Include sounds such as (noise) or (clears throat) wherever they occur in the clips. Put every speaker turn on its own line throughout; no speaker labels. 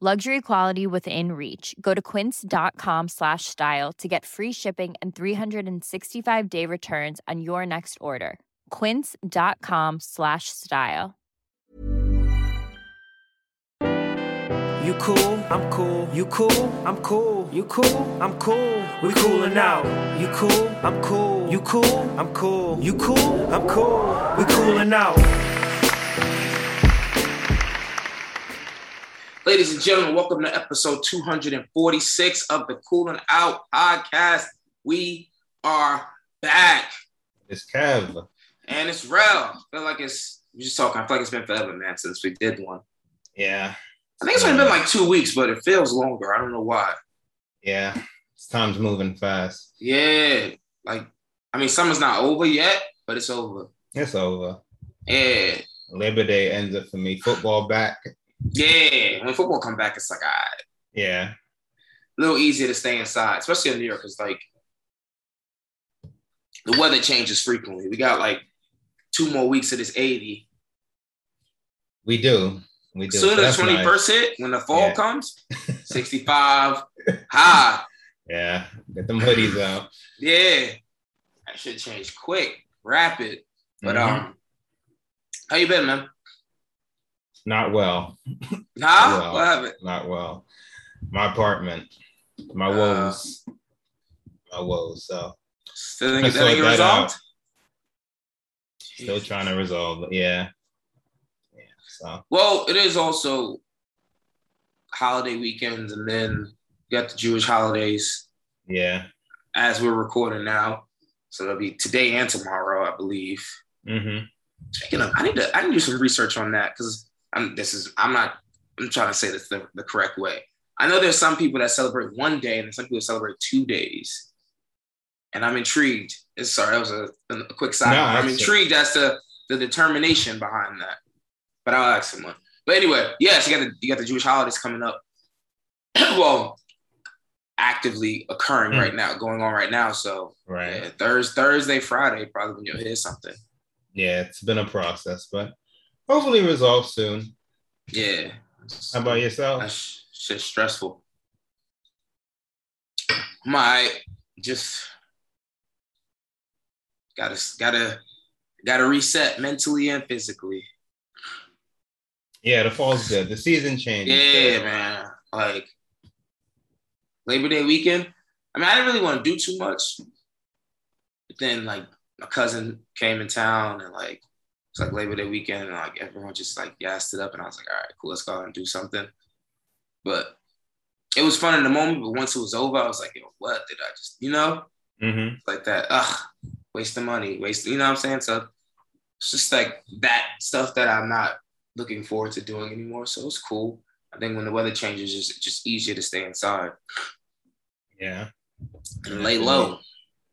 Luxury quality within reach. Go to quince.com slash style to get free shipping and 365 day returns on your next order. Quince.com slash style.
You cool, I'm cool. You cool, I'm cool. You cool, I'm cool. We coolin' out. You cool, I'm cool. You cool, I'm cool. You cool, I'm cool. We coolin' out.
Ladies and gentlemen, welcome to episode 246 of the Cooling Out Podcast. We are back,
It's Kev.
and it's real. I feel like it's, we just talking, I feel like it's been forever, man, since we did one.
Yeah,
I think it's only been like two weeks, but it feels longer. I don't know why.
yeah. It's time's moving fast.
Yeah, like, I mean, summer's not over yet, but it's over.
It's over.
Yeah,
Labor Day ends up for me. Football back.
yeah. When football come back, it's like, ah,
Yeah,
a little easier to stay inside, especially in New York, because like the weather changes frequently. We got like two more weeks of this 80.
we do. We do.
Soon as
That's
the 21st
nice.
hit, when the fall
Yeah. (laughs)
comes, 65 high.
Yeah, get them hoodies out.
Yeah. That should change quick, rapid. (laughs) But
Mhm.
um, how you been, man?
not well.
Nah,
Well,
what happened?
Not well. My apartment. My
Uh,
woes. My woes. So
Still didn't,
I
that didn't
sort
get
that out.
resolved.
still trying to resolve. it. Yeah. Yeah. So
Well, it is also holiday weekends, and then you got the Jewish holidays.
yeah.
as we're recording now. So it'll be today and tomorrow, I believe.
Mm-hmm.
Speaking of, I need to I need to do some research on that because I'm this is I'm not I'm trying to say this the, the correct way. I know there's some people that celebrate one day and some people celebrate two days, and I'm intrigued. It's- Sorry, that was a, a quick side.
No,
note. I'm
that's-
intrigued as to the determination behind that, but I'll ask someone. But anyway, yes, you got the you got the Jewish holidays coming up. (clears throat) well, actively occurring
Mm.
right now, going on right now. So
Right.
yeah, Thursday, Thursday, Friday, probably when you'll hear something.
yeah, it's been a process, but hopefully resolved soon.
Yeah.
How about yourself?
That's shit stressful. My just gotta gotta gotta reset mentally and physically.
Yeah, the fall's good. The season changes.
Yeah,
though.
man. Like Labor Day weekend. I mean, I didn't really want to do too much. But then like my cousin came in town and like it's like Labor Day weekend and like everyone just like gassed it up and I was like, all right, cool, let's go out and do something. But it was fun in the moment, but once it was over, I was like, yo, what did I just you know?
Mhm.
like that. Ugh, waste the money, waste. You know what I'm saying? So it's just like that stuff that I'm not looking forward to doing anymore. So it's cool. I think when the weather changes, it's just easier to stay inside
Yeah.
and lay low.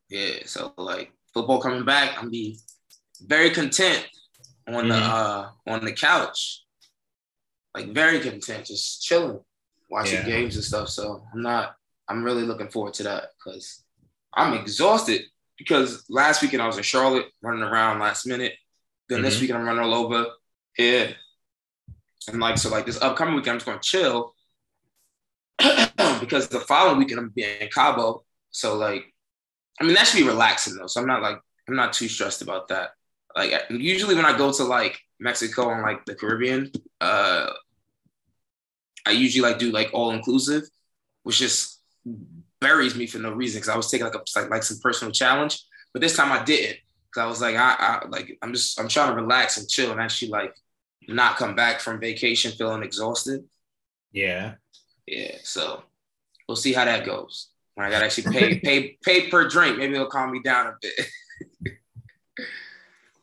Yeah. So like football coming back, I'm gonna be very content on the
Mhm.
uh on the couch. Like very content, just chilling, watching
Yeah.
games and stuff. So I'm not I'm really looking forward to that because I'm exhausted because last weekend I was in Charlotte running around last minute. Then this
Mhm.
weekend I'm running all over. Yeah. And like so like this upcoming weekend I'm just gonna chill (clears throat) because the following weekend I'm being in Cabo. So like, I mean that should be relaxing though. So I'm not like I'm not too stressed about that. Like I- usually when I go to like Mexico and like the Caribbean, uh, I usually like do like all inclusive, which just buries me for no reason because I was taking like a like, like some personal challenge, but this time I didn't because I was like I, I like I'm just I'm trying to relax and chill and actually like not come back from vacation feeling exhausted.
Yeah.
Yeah, so we'll see how that goes. When I got to actually pay pay pay per drink, maybe it'll calm me down a bit. (laughs)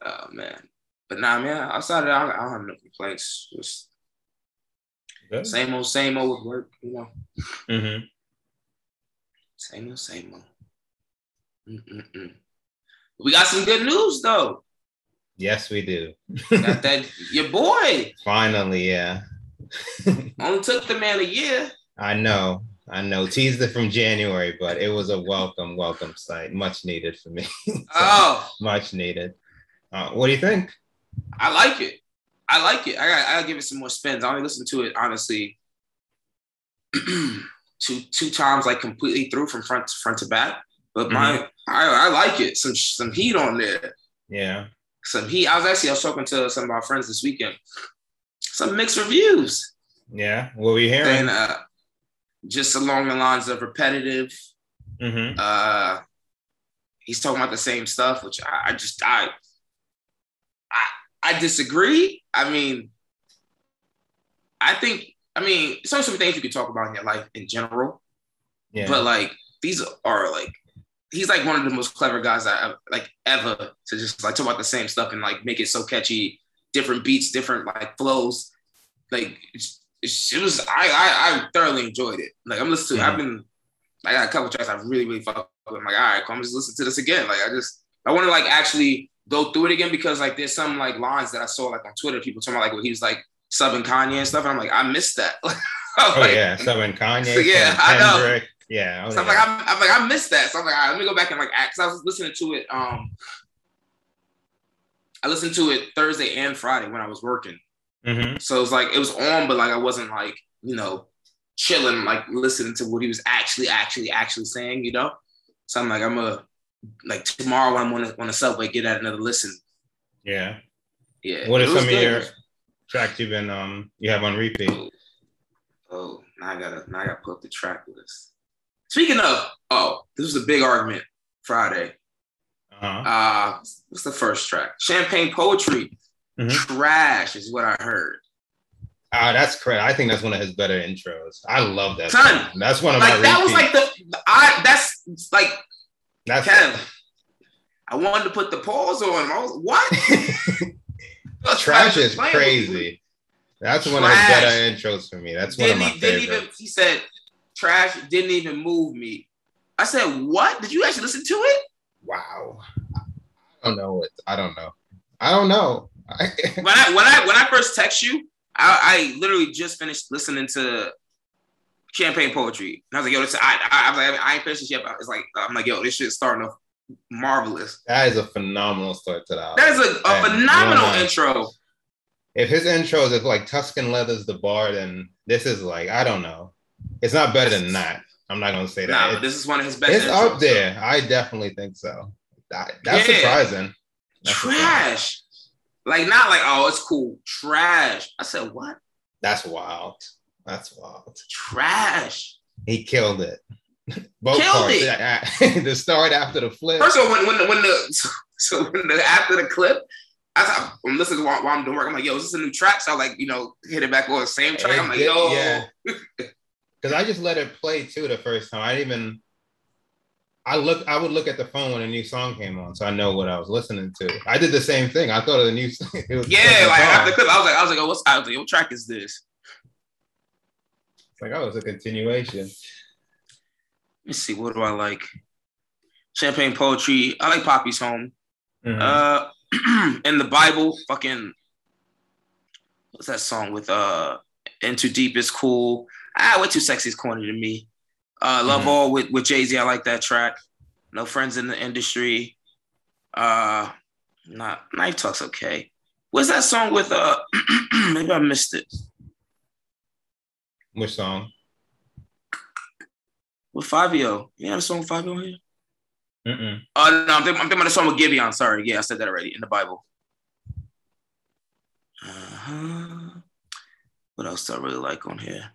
oh man, but nah, man. Outside of that, I don't- I don't have no complaints. Just
Good.
same old, same old with work. You know,
Mhm.
same old, same old. Mm-mm-mm. We got some good news though.
Yes, we do.
Got that your boy
Finally, yeah.
only took the man a year.
I know. I know. Teased it from January, but it was a welcome, welcome sight. Much needed for me. (laughs) So,
Oh,
Much needed. Uh, what do you think?
I like it. I like it. I got. I gotta give it some more spins. I only listened to it honestly (clears throat) two two times, like completely through from front to front to back. But my, I, I like it. Some some heat on there.
Yeah.
Some heat. I was actually I was talking to some of our friends this weekend. Some mixed reviews
Yeah. What were you hearing?
and uh, just along the lines of repetitive.
Mm-hmm.
Uh, he's talking about the same stuff, which I, I just I, I I disagree. I mean, I think I mean so some things you can talk about in your life in general,
Yeah.
but like these are like he's like one of the most clever guys I ever- like ever to just like talk about the same stuff and like make it so catchy, different beats, different like flows. Like it's, it's, it was I, I I thoroughly enjoyed it. Like I'm listening to I've
Mm-hmm.
been I got a couple tracks I really really fuck with. I'm like all right, come just listen to this again. Like I just I want to like actually go through it again because like there's some like lines that I saw like on Twitter people talking about like what he was like subbing Kanye and stuff and I'm like I missed that. (laughs) oh
oh yeah. So when Kanye.
So, (laughs) yeah,
Kendrick,
I know.
Yeah. oh,
so I'm
yeah.
like, I'm, I'm like, I missed that. So I'm like, all right, let me go back and like, because I was listening to it. Um, I listened to it Thursday and Friday when I was working.
Mhm.
So it was like it was on, but like I wasn't like you know chilling, like listening to what he was actually, actually, actually saying. You know, so I'm like, I'm a like tomorrow when I'm on a, on a subway, get out another listen.
Yeah.
Yeah.
What
It
are
was
some of
good.
your tracks you've been um you have on repeat?
Oh, now I gotta now I gotta put up the track list. Speaking of, oh, this was a big argument Friday.
Uh-huh.
uh what's the first track? Champagne Poetry.
Mhm.
Trash is what I heard.
Ah, that's crazy. I think that's one of his better intros. I love that.
Son,
song. that's one of my
Like that was
repeats.
like the I that's like
that's
Kev. I wanted to put the pause on. I was what?
(laughs) Trash is
Playing with-
crazy. That's one of his
Trash.
better intros for me. That's one of
Didn't,
my
he- didn't even
favorites.
he said trash didn't even move me. I said, what? Did you actually listen to it?
Wow. I don't know what I don't know. I don't know. (laughs) I,
When I when I when I first text you, I, I literally just finished listening to Champagne Poetry, and I was like, "Yo, this I, I, I was like, I ain't finished this yet." But it's like I'm like, "Yo, this shit's starting off marvelous."
that is a phenomenal start to the album.
That is a, a
Hey,
phenomenal
yeah.
intro.
if his intros is like Tuscan Leather's the bar, then this is like I don't know. It's not better than that. I'm not gonna
Nah,
say that.
but
It's-
this is one of his best.
it's
intros.
up there. I definitely think so. That- that's
Yeah.
surprising. That's surprising.
Trash. Like not like oh it's cool trash. I said what
That's wild. That's wild.
trash.
He killed it. (laughs) Both
Killed
parts.
it.
I- I- (laughs) the start after the flip.
First of all, when when the, when the (laughs) so, so when the after the clip, I thought I'm listening while, while I'm doing work. I'm like, yo, is this a new track? So I like you know hit it back on the same track. I'm like,
It did-
yo, (laughs)
yeah. Because I just let it play too the first time. I didn't even. I look. I would look at the phone when a new song came on, so I know what I was listening to. I did the same thing. I thought of the new. (laughs) Song. It was the
yeah.
second
Like
song.
after the clip, I was like, I was like, oh, what's I was like, what track is this?
It's like oh, it's a continuation.
Let me see, what do I like? Champagne poetry. I like Poppy's Home.
Mm-hmm.
Uh, (clears throat) in the Bible, fucking what's that song with uh Into Deep is cool. Ah, way too sexy is corny to me. Uh Love
Mhm.
All with, with Jay-Z, I like that track. No friends in the industry. Uh not Knife Talk's okay. What's that song with uh (clears throat) maybe I missed it.
Which song?
With Fabio. You have a song with Fabio in here?
Mm-mm.
Uh no, I'm thinking, I'm thinking about the song with Gibeon. Sorry, yeah, I said that already in the Bible. Uh-huh. What else do I really like on here?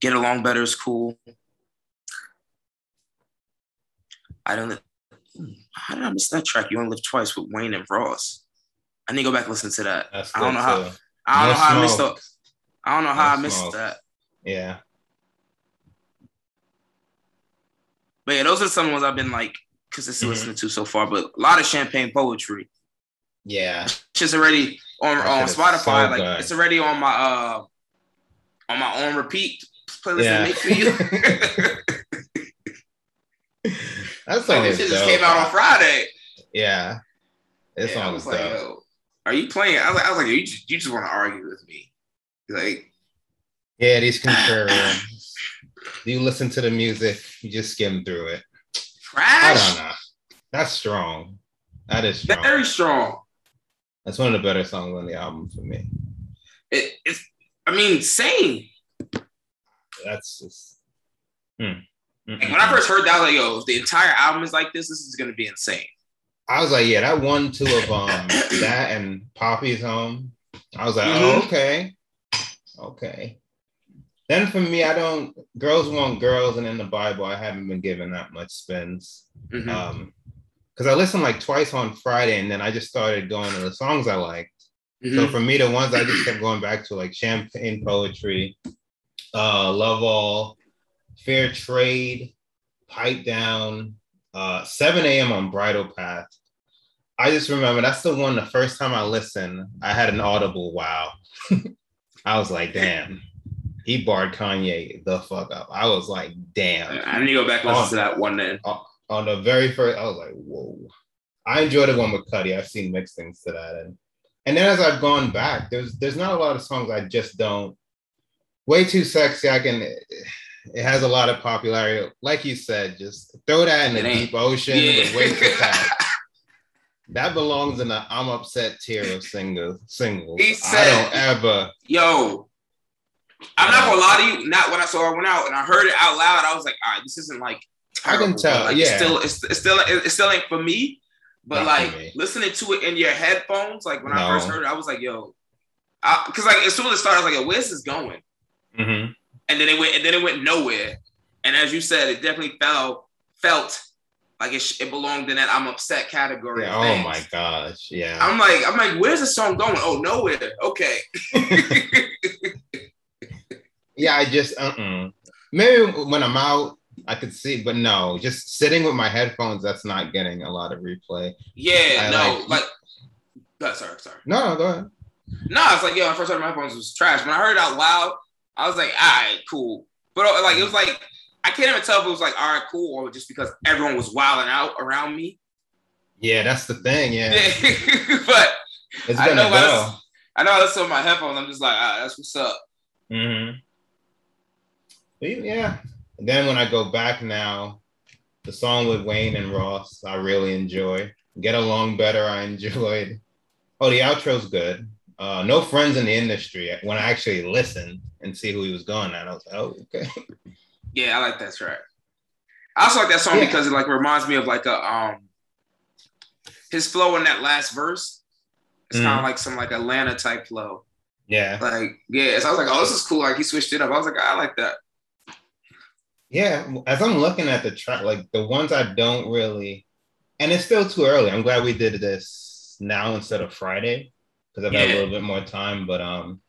Get along better is cool. I don't. hmm, How did I miss that track? You only live twice with Wayne and Ross. I need to go back and listen to that.
That's
I don't
good,
know how.
too.
I don't know
No
how I missed
smoke.
that. I don't know how I
No
missed
smoke.
that.
Yeah.
But yeah, those are some ones I've been like consistently
Mhm.
listening to so far. But a lot of champagne poetry.
Yeah.
It's just already on
That
on
shit is
Spotify.
so
like
good.
it's already on my uh on my own repeat playlist
Yeah.
I make for
(laughs)
you.
That song
like
is
this shit just
dope.
came out on Friday.
Yeah. This
Yeah, I
song is
was
dope.
like, uh, yo, are you playing? I was like, I was like, you just, you just want to argue with me, like.
Yeah,
(laughs)
these contrarians. you listen to the music, you just skim through it. I don't
Crash,
know. That's strong. That is strong.
very strong.
That's one of the better songs on the album for me.
It, it's, I mean, same.
That's just. Hmm.
Like, when I first heard that, I was like, yo, if the entire album is like this, this is gonna be insane.
I was like, yeah, that one, two of um that and Poppy's Home. I was like,
Mhm.
oh, okay, okay. Then for me, I don't. Girls want girls, and in the Bible, I haven't been given that much spins.
Mhm.
Um, because I listened like twice on Friday, and then I just started going to the songs I like. So
Mhm.
for me, the ones I just kept going back to like champagne poetry, uh, love all, fair trade, pipe down, uh, 7 a.m. on bridal path. I just remember that's the one the first time I listened, I had an audible wow. (laughs) I was like, damn, he barred Kanye the fuck up. I was like, damn.
I need to go back and listen to that one then.
On the very first, I was like, whoa. I enjoyed the one with Cuddy. I've seen mixed things to that. And and then as I've gone back, there's there's not a lot of songs I just don't. Way too sexy. I can. It has a lot of popularity, like you said. Just throw that in
It
the
ain't.
deep ocean with
Yeah.
way too
(laughs)
fast. That belongs in the I'm upset tier of singles. Singles.
He
I
said-
don't ever.
Yo, I'm not gonna lie to you. Not when I saw it went out and I heard it out loud, I was like, all right, this isn't like
I
terrible.
can tell,
but, like,
yeah.
it's still, it's, it's still, it, it still ain't for me. But
Not for
like
me.
listening to it in your headphones, like when I
No.
first heard it, I was like, yo, because like as soon as it started, I was like, yo, where's this going?
Mhm.
and then it went and then it went nowhere. And as you said, it definitely fell felt like it, sh- it belonged in that I'm upset category. of
Yeah, oh
things.
my gosh. Yeah.
I'm like I'm like, where's the song going? Oh, nowhere. Okay.
(laughs)
(laughs)
Yeah, I just uh-uh. Maybe when I'm out, I could see, but no, just sitting with my headphones, that's not getting a lot of replay.
Yeah.
I
no.
like-
Like. no, sorry. Sorry.
No, no, go ahead.
No, it's like yo. When I first heard my headphones it was trash. When I heard it out loud, I was like, all right, cool. But uh, like it was like I can't even tell if it was like all right, cool, or just because everyone was wilding out around me.
Yeah, that's the thing. Yeah,
(laughs) but
it's
I
gonna
know, but
go.
it's- I know I listen to my headphones. I'm just like, ah, that's what's up.
Mhm. But Yeah. And then when I go back now, the song with Wayne and Ross, I really enjoy. Get along better, I enjoyed. (laughs) Oh, the outro's good. Uh, no friends in the industry. When I actually listened and see who he was going at, I was like, oh, okay. (laughs)
Yeah, I like that track. I also like that song
Yeah.
because it like reminds me of like a um his flow in that last verse. It's kind of
Mhm.
like some like Atlanta type flow.
Yeah.
Like yeah, so I was like, oh, this is cool. Like he switched it up. I was like, I like that.
Yeah, as I'm looking at the track, like the ones I don't really, and it's still too early. I'm glad we did this now instead of Friday because I've had
Yeah.
a little bit more time. But um,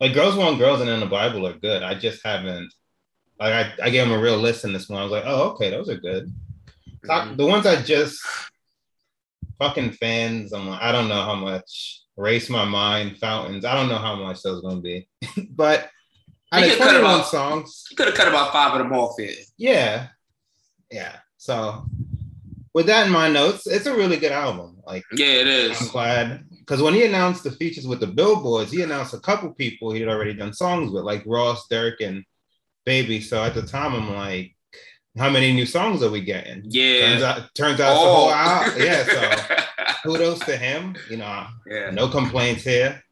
like girls want girls and in the Bible are good. I just haven't like I, I gave them a real listen this morning. I was like, oh okay, those are good. Top-
Mm-hmm.
The ones I just fucking fans. I'm like, I don't know how much race my mind fountains. I don't know how much those gonna be, (laughs) but
You
I
can
did
cut 'em
21
off.
songs.
You could have cut about five of them off here.
Yeah. Yeah. So with that in mind, though, it's, it's a really good album. Like
Yeah, it
I'm
is.
glad because when he announced the features with the billboards, he announced a couple people he had already done songs with, like Ross, Dirk, and Baby. So at the time, I'm like, how many new songs are we getting? Turns
Yeah.
out, turns
Oh.
out it's the whole album. Yeah.
(laughs)
So kudos to him. You know,
yeah.
no complaints here.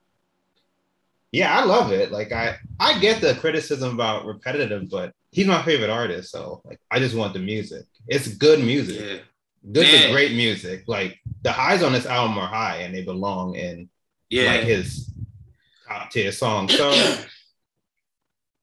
Yeah, I love it. Like I, I get the criticism about repetitive, but he's my favorite artist. So like, I just want the music. It's good music.
Yeah.
Good
Yeah.
to great music. Like the highs on this album are high, and they belong in
Yeah.
like his top tier songs. So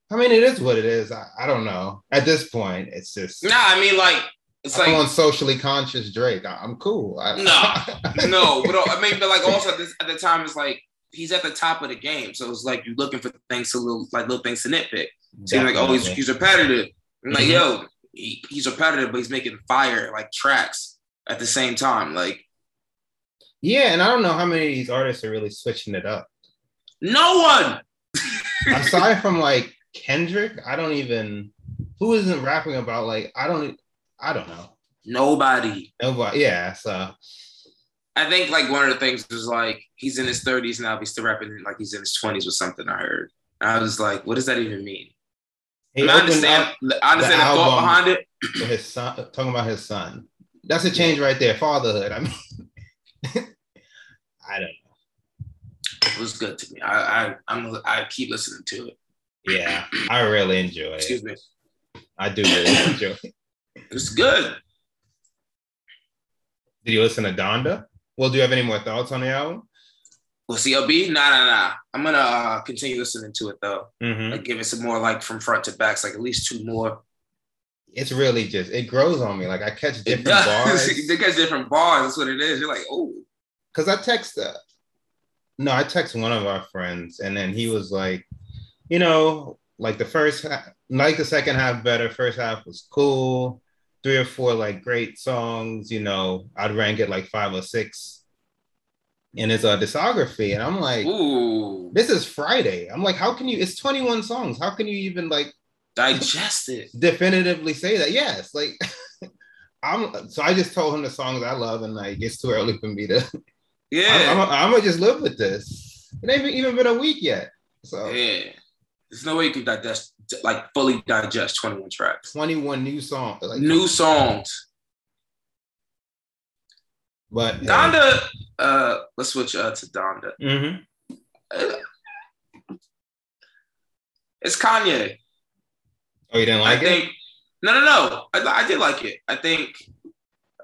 I mean, it is what it is. I, I don't know. At this point, it's
(clears throat)
just.
Nah, I mean, like, it's
I'm
like,
on socially conscious Drake. I, am cool. I, (laughs)
No, no, but I mean, but like also at, this, at the time it's like he's at the top of the game, so it's like you're looking for things to little like little things to nitpick. So you're like, oh, he's, he's repetitive. I'm like,
Mhm.
yo, he, he's repetitive, but he's making fire like tracks at the same time. Like
yeah, and I don't know how many of these artists are really switching it up.
no one.
Aside from like Kendrick, I don't even who isn't rapping about like I don't e, I don't know
Nobody.
nobody. Yeah, so
I think like one of the things was like he's in his 30s now, but he's still rapping like he's in his 20s with something I heard. And I was like, what does that even mean?
he
And I
opened
understand,
up
I understand the, thought
album.
behind it.
with his son talking about his son. That's a change right there. Fatherhood. I mean, (laughs) I don't.
It was good to me. I I I'm, I keep listening to it.
Yeah, I really enjoy
Excuse
it.
me.
I do really enjoy it.
It's good.
Did you listen to Donda? Well, do you have any more thoughts on the album?
Well, CLB, nah, nah, nah. I'm gonna uh, continue listening to it though.
Mm-hmm.
Like, give it some more, like from front to backs, like at least two more. (laughs)
It's really just it grows on me. Like I catch
It
different
does. (laughs)
bars
it gets different bars. That's what it is. You're like, oh,
because I text. Uh, no, I text one of our friends, and then he was like, you know, like the first, ha- like the second half better. First half was cool. Three or four like great songs. You know, I'd rank it like five or six in his uh, discography, and I'm like.
ooh,
This is Friday. I'm like, how can you? It's 21 songs. How can you even like
digest it.
definitively say that yes like (laughs) i'm so i just told him the songs i love and like it's too early for me to i'm,
Yeah,
I'm, I'm gonna just live with this it ain't even been a week yet so
yeah. There's no way you can digest, like fully digest 21 tracks,
21 new songs like
new songs.
but
Donda. Uh, let's switch uh, to Donda.
hmm
It's Kanye.
oh you didn't like
I
it
think no, no, no. I, I did like it. I think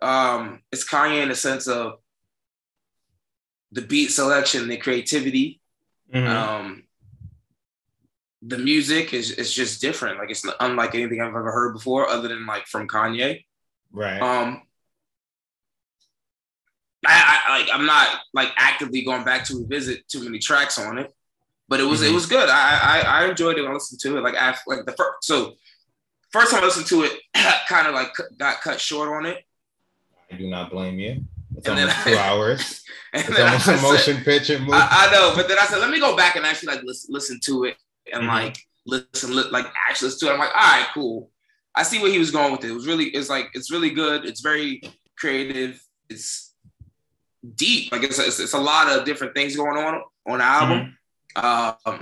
um, it's Kanye in the sense of the beat selection, the creativity,
Mhm.
um, the music is it's just different. Like it's unlike anything I've ever heard before, other than like from Kanye.
right
Um, I, I like I'm not like actively going back to revisit too many tracks on it, but it was it
Mhm.
was good. I, I I enjoyed it. when I listened to it like after like the first so first time I listened to it, (clears throat) kind of like cu- got cut short on it, (laughs)
i do not blame you it's
and then
almost
I-
two hours
(laughs) and
it's
then I,
almost a
said- uh,
motion picture movie
I, I know, but then I said let me go back and actually like listen listen to it and
Mhm.
like listen li- like actually listen to it. I'm like all right, cool. I see where he was going with it. It was really it's like it's really good. It's very creative. It's deep. Like it's it's, it's a lot of different things going on on the album. Um,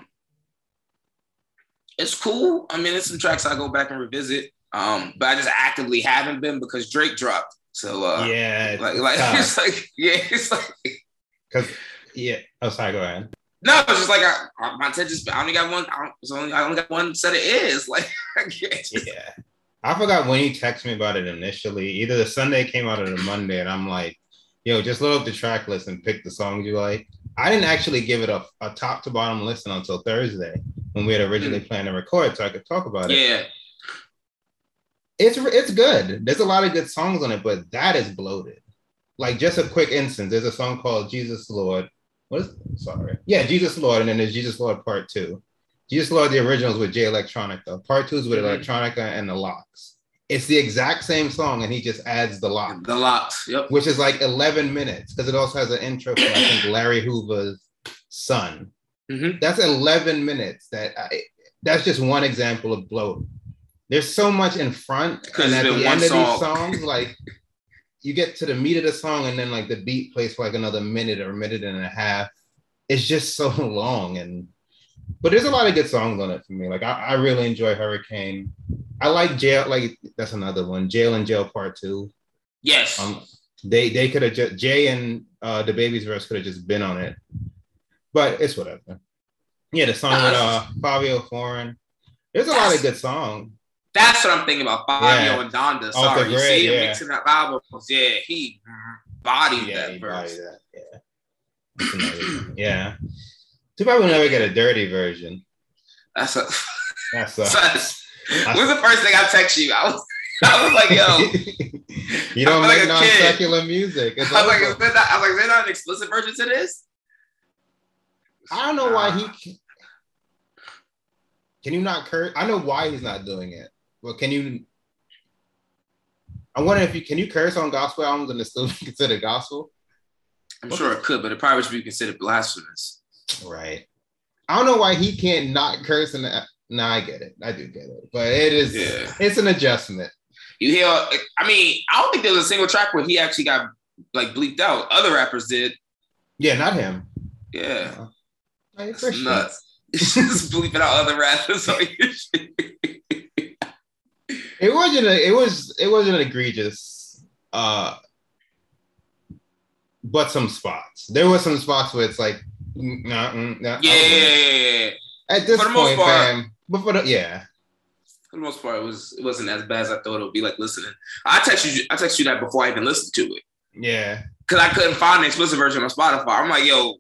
it's cool. I mean, there's some tracks I go back and revisit, um, but I just actively haven't been because Drake dropped. So uh,
yeah it's
like, (laughs) like
tough.
it's like yeah, it's like
yeah oh sorry go ahead
no, it's just like I, I, my attention span. I only got one. I, don't- it's only, I only got one set of ears. (laughs) Like I can't-
(laughs) yeah. I forgot when you texted me about it initially. Either the Sunday it came out or the Monday, and I'm like, yo, just load up the track list and pick the songs you like. I didn't actually give it a, a top to bottom listen until Thursday when we had originally planned to record, so I could talk about it.
yeah,
It's it's good. There's a lot of good songs on it, but that is bloated. Like just a quick instance, there's a song called Jesus Lord. What is sorry? Yeah, Jesus Lord, and then there's Jesus Lord Part Two. Jesus Lord, the originals with Jay Electronica. Part two is with
Mhm.
Electronica and the Locks. It's the exact same song, and he just adds the lock,
the locks. Yep.
which is like 11 minutes because it also has an intro from I think Larry Hoover's son.
Mhm.
That's 11 minutes. That I, that's just one example of bloat. There's so much in front,
'Cause
and
it's
at
been
the
one
end of
song.
these songs, like you get to the meat of the song, and then like the beat plays for like another minute or a minute and a half. It's just so (laughs) long, and but there's a lot of good songs on it for me. Like I, I really enjoy Hurricane. I like Jail. Like that's another one. Jail and Jail Part Two.
Yes.
Um, they they could have just Jay and uh, the baby's verse could have just been on it, but it's whatever. Yeah, the song with uh, Fabio Foreign. There's a lot of good songs.
That's what I'm thinking about. Fabio
Yeah.
and Donda.
Off the
Sorry, you
grid,
see him
yeah.
mixing up albums. Yeah, he bodied
Yeah,
that
you buy
verse.
that. Yeah. That's another one. yeah. Too bad we'll never get a dirty version.
That's a (laughs)
That
So,
sucks.
what's the first thing I text you? I was, (laughs) I was like, yo,
(laughs) you
I'm
don't
like
make
a
non
kid.
secular music. It's
I was like,
over.
is there not, I was like, is there not an explicit version to this?
I don't know why he can- can you not curse. I know why he's not doing it. Well, can you? I wonder if you can you curse on gospel albums and it's still (laughs) considered gospel.
I'm sure it could, but it probably should be considered blasphemous.
Right. I don't know why he can't not curse and. Nah, I get it. I do get it, but it is
Yeah.
it's an adjustment.
You hear? I mean, I don't think there was a single track where he actually got like bleeped out. Other rappers did.
Yeah, not him.
Yeah,
I
that's
appreciate it.
nuts. (laughs) Just bleeping out other rappers. on your shit.
It wasn't. A, it was. It wasn't egregious. Uh, but some spots. There were some spots where it's like, mm, nah, mm, nah, I
yeah,
don't know.
yeah, yeah, yeah.
At this
For the most
point,
part.
fam. But for the, yeah,
For the most part, it was it wasn't as bad as I thought it would be. Like listening, I texted you. I texted you that before I even listened to it
yeah.
because I couldn't find the explicit version on Spotify. I'm like, yo,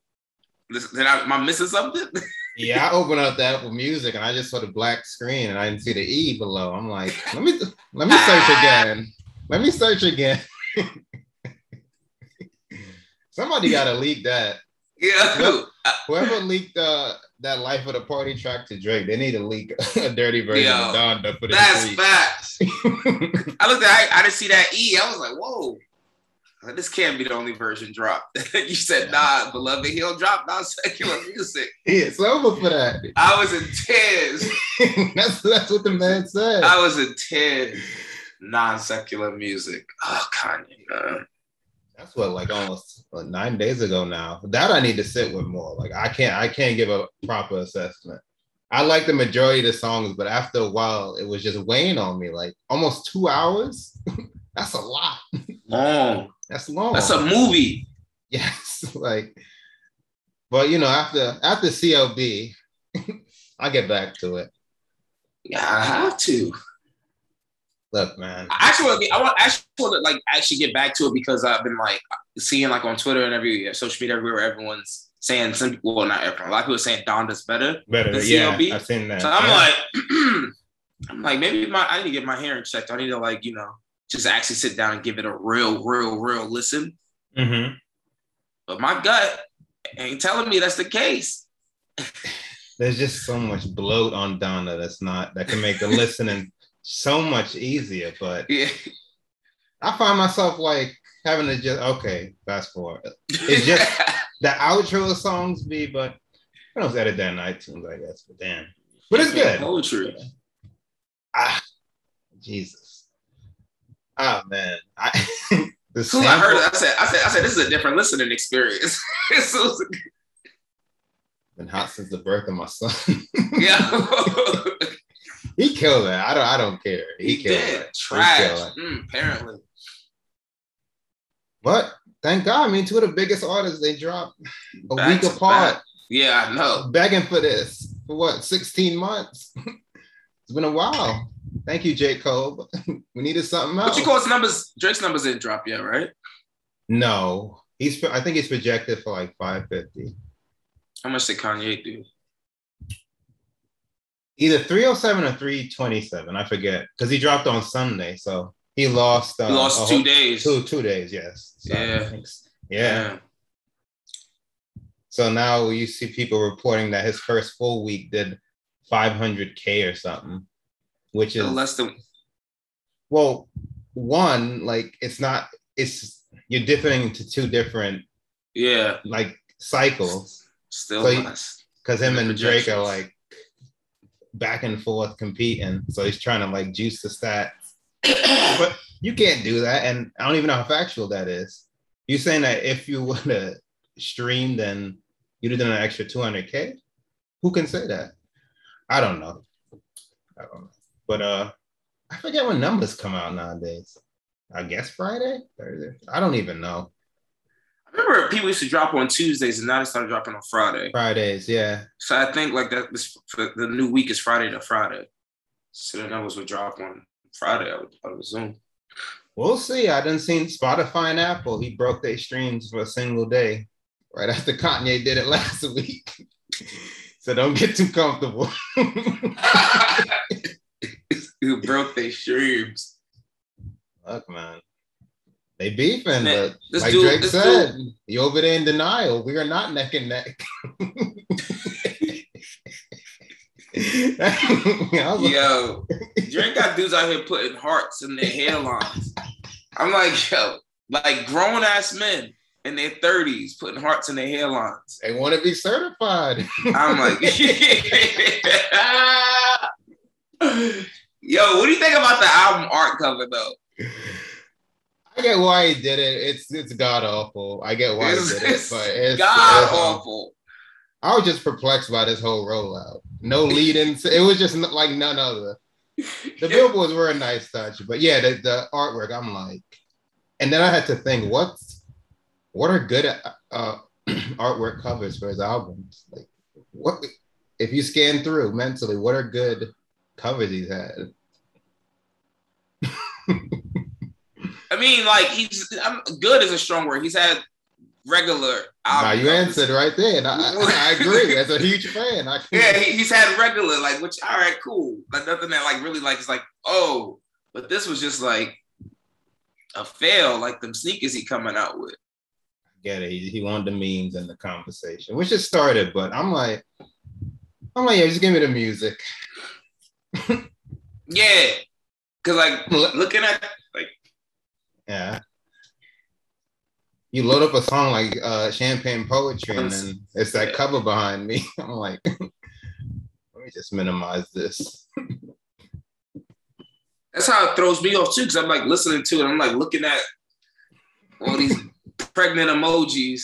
this, did I, am I missing something? (laughs)
Yeah, I opened up the Apple Music and I just saw the black screen and I didn't see the E below. I'm like, let me let me search again. Let me search again. (laughs) Somebody gotta leak that.
yeah,
Whoever leaked uh, that "Life of the Party" track to Drake, they need to leak (laughs) a dirty version
Yo,
of Donda for
that's
this
facts.
week. (laughs)
I looked at, I, I didn't see that E. I was like, whoa. Like, This can't be the only version dropped. (laughs) you said, nah, beloved, he'll drop (laughs) non-secular music.
it's over for that. (laughs)
I was in tears.
that's that's what the man said.
I was in tears. Non-secular music. Oh, Kanye, man.
That's what like almost what, nine days ago now. That I need to sit with more. Like I can't I can't give a proper assessment. I like the majority of the songs, but after a while, it was just weighing on me. Like almost two hours. (laughs) that's a lot.
Long.
That's long.
That's a movie.
yes. (laughs) Like, but you know, after after CLB, (laughs) I get back to it.
Yeah, I have to.
Look, man.
I actually want to. I want actually want to like actually get back to it because I've been like seeing like on Twitter and every social media everywhere everyone's saying some well not everyone a lot of people are saying Donda's better.
Better,
The
yeah.
CLB?
I've seen that.
So I'm
Yeah.
like, (clears throat) I'm like, maybe my I need to get my hearing checked. I need to like, you know, just actually sit down and give it a real, real, real listen.
Mhm.
But my gut ain't telling me that's the case.
there's just so much bloat on Donna that's not that can make the listening so much easier, but
(laughs) Yeah.
I find myself like having to just okay, fast forward. It's just the outro songs be, but I don't edit that in iTunes, I guess. But damn, but it's good.
poetry.
Ah, Jesus. Ah man, I (laughs) the
As soon as I heard
sample-
it, I said, I said, I said, this is a different listening experience. (laughs) As soon as-
been hot since the birth of my son.
(laughs) yeah.
he killed it. I don't. I don't care. (laughs) He,
he
killed
did.
it. He
Trash.
killed it.
Mm, apparently.
But thank God, I mean, two of the biggest artists they dropped a
Back to
week apart.
back. Yeah, I know.
begging for this for what 16 months (laughs) it's been a while thank you j cole (laughs) we needed something else
But you call his numbers, Drake's numbers didn't drop yet, right?
no he's i think he's projected for like 550
How much did Kanye do?
either 307 or 327 i forget because he dropped on sunday so he lost uh,
He
a
lost
whole-
two days.
two two days yes
Yeah.
thanks. yeah so now you see people reporting that his first full week did 500k or something which
Yeah.
is
Less than
Well, one, like it's not it's you're dipping into two different
yeah.
like cycles
Still
So you-
less.
because him
Different
and Drake are
projections.
like back and forth competing. So he's trying to like juice the stat. but you can't do that. And I don't even know how factual that is. You're saying that if you (laughs) would have streamed then you'd have done an extra 200K? Who can say that? I don't know. I don't know. But uh, I forget when numbers come out nowadays. I guess Friday, Thursday. I don't even know.
I remember people used to drop on Tuesdays and now they started dropping on Friday.
Fridays, yeah.
So I think like that was for the new week is Friday to Friday. So the numbers would drop on Friday, I would, I would assume. (laughs)
We'll see. I didn't see Spotify and Apple. He broke (laughs) their streams for a single day right after Kanye did it last week. So don't get too comfortable. (laughs)
Who broke their shrooms?
Look, man. They beefing,
Man,
but
this
like
dude-
Drake
this
said, you over there in denial. We are not neck and neck. (laughs) I was like,
Yo, Drake got dudes out here putting hearts in their hairlines. I'm like, yo, like grown ass men in their 30s putting hearts in their hairlines.
they want to be certified.
I'm like, yo, what do you think about the album art cover though?
(laughs) I get why he did it. It's it's god awful. I get why
It's,
he did it, but it's
god
it's- um,
awful.
I was just perplexed by this whole rollout. No lead in. It was just n- like none other. The billboards were a nice touch, but yeah, the, the artwork. I'm like, and then I had to think, what, what are good uh, (clears throat) artwork covers for his albums? Like, what if you scan through mentally? What are good covers he's had?
I mean, like he's I'm, good is a strong word. He's had regular.
now
album
you
covers.
answered right there, and I, I, I agree. As a huge fan, I
Yeah, he, he's had regular, like, which all right, cool, but nothing that like really like is like, oh, but this was just like a fail, like them sneakers he coming out with.
get it. He, he wanted the memes and the conversation, which it started, but I'm like, I'm like, yeah, just give me the music.
Yeah, cause like looking at
Yeah. You load up a song like uh, Champagne Poetry, and then it's that cover behind me. (laughs) I'm like, let me just minimize this. (laughs)
that's how it throws me off too, cause I'm like listening to it, I'm like looking at all these pregnant emojis.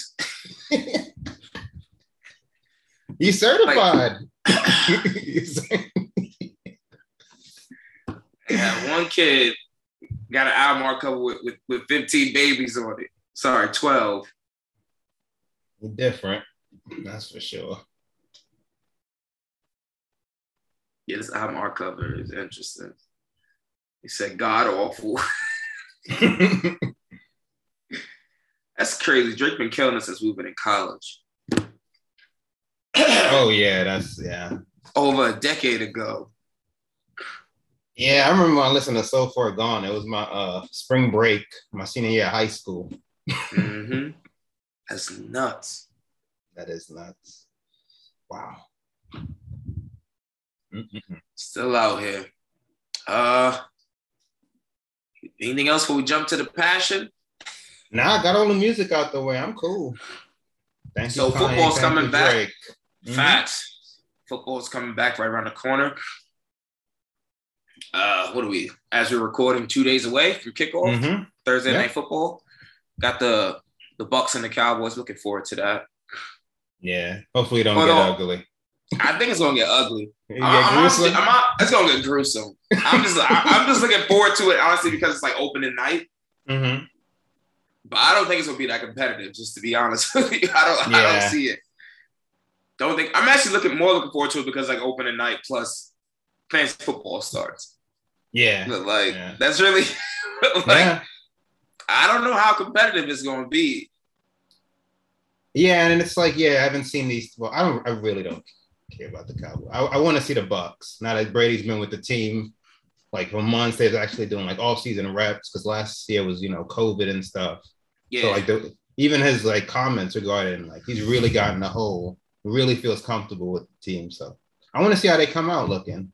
You certified. (laughs) You cer-
They had one kid got an album art cover with, with with 15 babies on it. Sorry, 12.
You're different. That's for sure. (laughs)
Yeah, this album art cover is interesting. He said god awful. (laughs) That's crazy. Drake been killing us since we've been in college. (clears throat)
oh yeah, that's yeah.
Over a decade ago.
Yeah, I remember when I listened to So Far Gone. It was my uh spring break, my senior year of high school.
hmm That's nuts.
That is nuts. Wow. Mm-mm-mm.
Still out here. Uh anything else before we jump to the passion?
Nah, I got all the music out the way. I'm cool. Thank
So
you, Kanye.
football's
Thank
coming
you,
back.
Drake. Mhm.
Facts. Football's coming back right around the corner. Uh, what are we? As we're recording, two days away from kickoff,
Mhm.
Thursday
Yeah.
night football. Got the the Bucks and the Cowboys. Looking forward to that.
Yeah. Hopefully it don't
Hold
get
on.
ugly.
uh, I think it's gonna get ugly.
You get
I'm honestly-
gruesome?
I'm hon- it's gonna get gruesome. I'm just I- I'm just looking forward to it honestly because it's like opening night.
Mhm.
But I don't think it's gonna be that competitive. Just to be honest, (laughs) with you. I don't I
Yeah.
don't see it. Don't think I'm actually looking more looking forward to it because like opening night plus fancy football starts.
Yeah.
But like
Yeah.
that's really (laughs) like
yeah.
I don't know how competitive it's gonna be.
Yeah, and it's like, yeah, I haven't seen these. Well, I don't I really don't care about the Cowboys. I, I want to see the Bucks. Now that Brady's been with the team like for months, they're actually doing like off season reps because last year was, you know, COVID and stuff.
Yeah,
So like the, even his like comments regarding like he's really gotten the hole, really feels comfortable with the team. So I want to see how they come out looking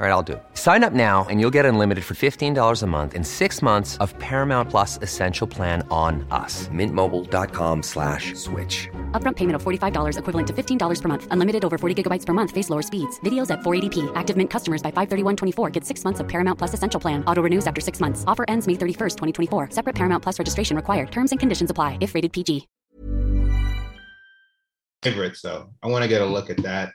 All right, I'll do it. Sign up now and you'll get unlimited for $15 a month in six months of Paramount Plus Essential Plan on us.
Mintmobile.com slash switch.
Upfront payment of $45 equivalent to $15 per month. Unlimited over 40 gigabytes per month. Face lower speeds. Videos at 480p. Active Mint customers by 531.24 get six months of Paramount Plus Essential Plan. Auto renews after six months. Offer ends May 31st, 2024. Separate Paramount Plus registration required. Terms and conditions apply if rated PG.
favorite, so I want to get a look at that.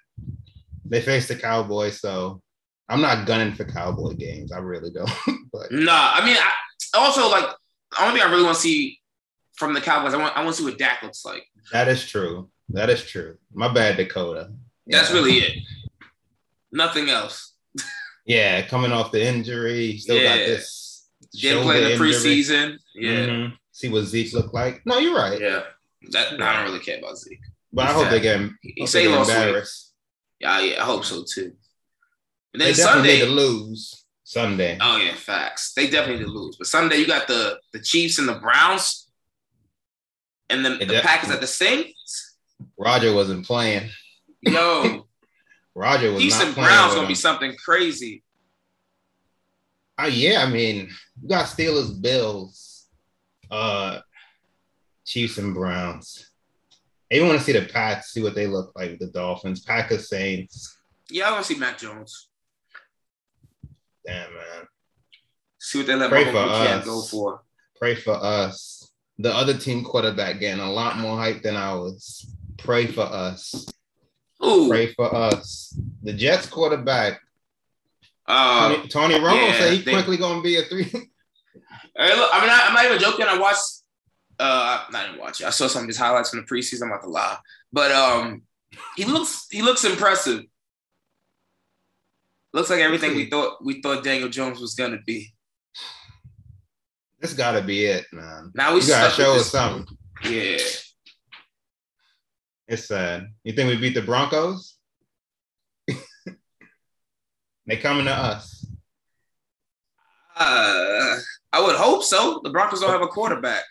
They face the Cowboys, so I'm not gunning for Cowboy games. I really don't. (laughs) but
Nah, I mean, I, also like the only thing I really want to see from the Cowboys, I want I want to see what Dak looks like.
that is true. That is true. My bad, Dakota.
That's
Yeah.
really it. Nothing else.
Yeah, coming off the injury, still got
Yeah.
this.
Didn't play the
shoulder injury.
preseason. Yeah,
Mhm. See what Zeke looked like. No, you're right.
yeah. That no, I don't really care about Zeke.
But I hope they get,
He
hope
say
they
he
get
lost weight.
embarrassed.
Yeah, yeah, I hope so too. And
They
then
definitely
Sunday,
need to lose Sunday.
oh yeah, facts. They definitely need to lose. But Sunday, you got the the Chiefs and the Browns, and then
They
the
def-
Packers at the Saints.
Roger wasn't playing. (laughs)
Yo,
Roger was
Chiefs
not
and
playing.
Browns
with
gonna be
him.
something crazy.
Uh, yeah, I mean, you got Steelers, Bills, uh, Chiefs, and Browns. I even want to see the Pats, see what they look like with the Dolphins, Packers, Saints.
Yeah, I want to see Mac Jones.
Damn, man.
See what they let
Pray
Mahomes
for
can't
us.
go for.
Pray for us. The other team quarterback getting a lot more hype than ours. Pray for us.
Ooh,
Pray for us. The Jets quarterback,
uh,
Tony, Tony Romo,
yeah,
said he
they-
quickly going to be a three. (laughs)
Hey, look, I'm not. I'm not even joking. I watched. Uh, I didn't watch it. I saw some of his highlights from the preseason. I'm not to lie, but um, he looks he looks impressive. Looks like everything we thought we thought Daniel Jones was gonna be.
this got to be it, man.
Now we
You got to
stuck
show
with this.
us something.
Yeah,
It's sad. You think we beat the Broncos? (laughs) they coming to us.
uh, I would hope so. The Broncos don't have a quarterback.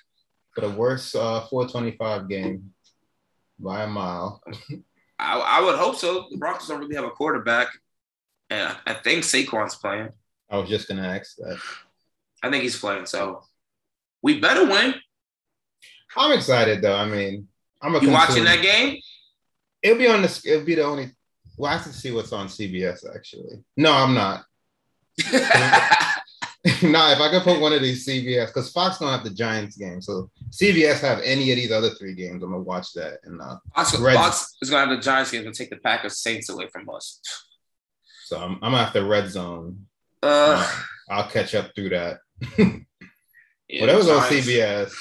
For the worst uh, 425 game by a mile.
I, I would hope so. The Broncos don't really have a quarterback, and I, I think Saquon's playing.
I was just gonna ask that.
I think he's playing. So we better win.
I'm excited though. I mean, I'm a
You watching
consumer.
that game?
It'll be on the. It'll be the only. Well, I have to see what's on CBS actually. No, I'm not. (laughs)
(laughs)
nah, if I could put one of these CBS, because Fox don't have the Giants game, so CBS have any of these other three games, I'm gonna watch that and uh,
Fox,
Red-
Fox is going to have the Giants game and take the Packers Saints away from us.
so I'm, I'm after Red Zone.
Uh,
I'll catch up through that.
yeah,
Well, that was on
Giants.
CBS.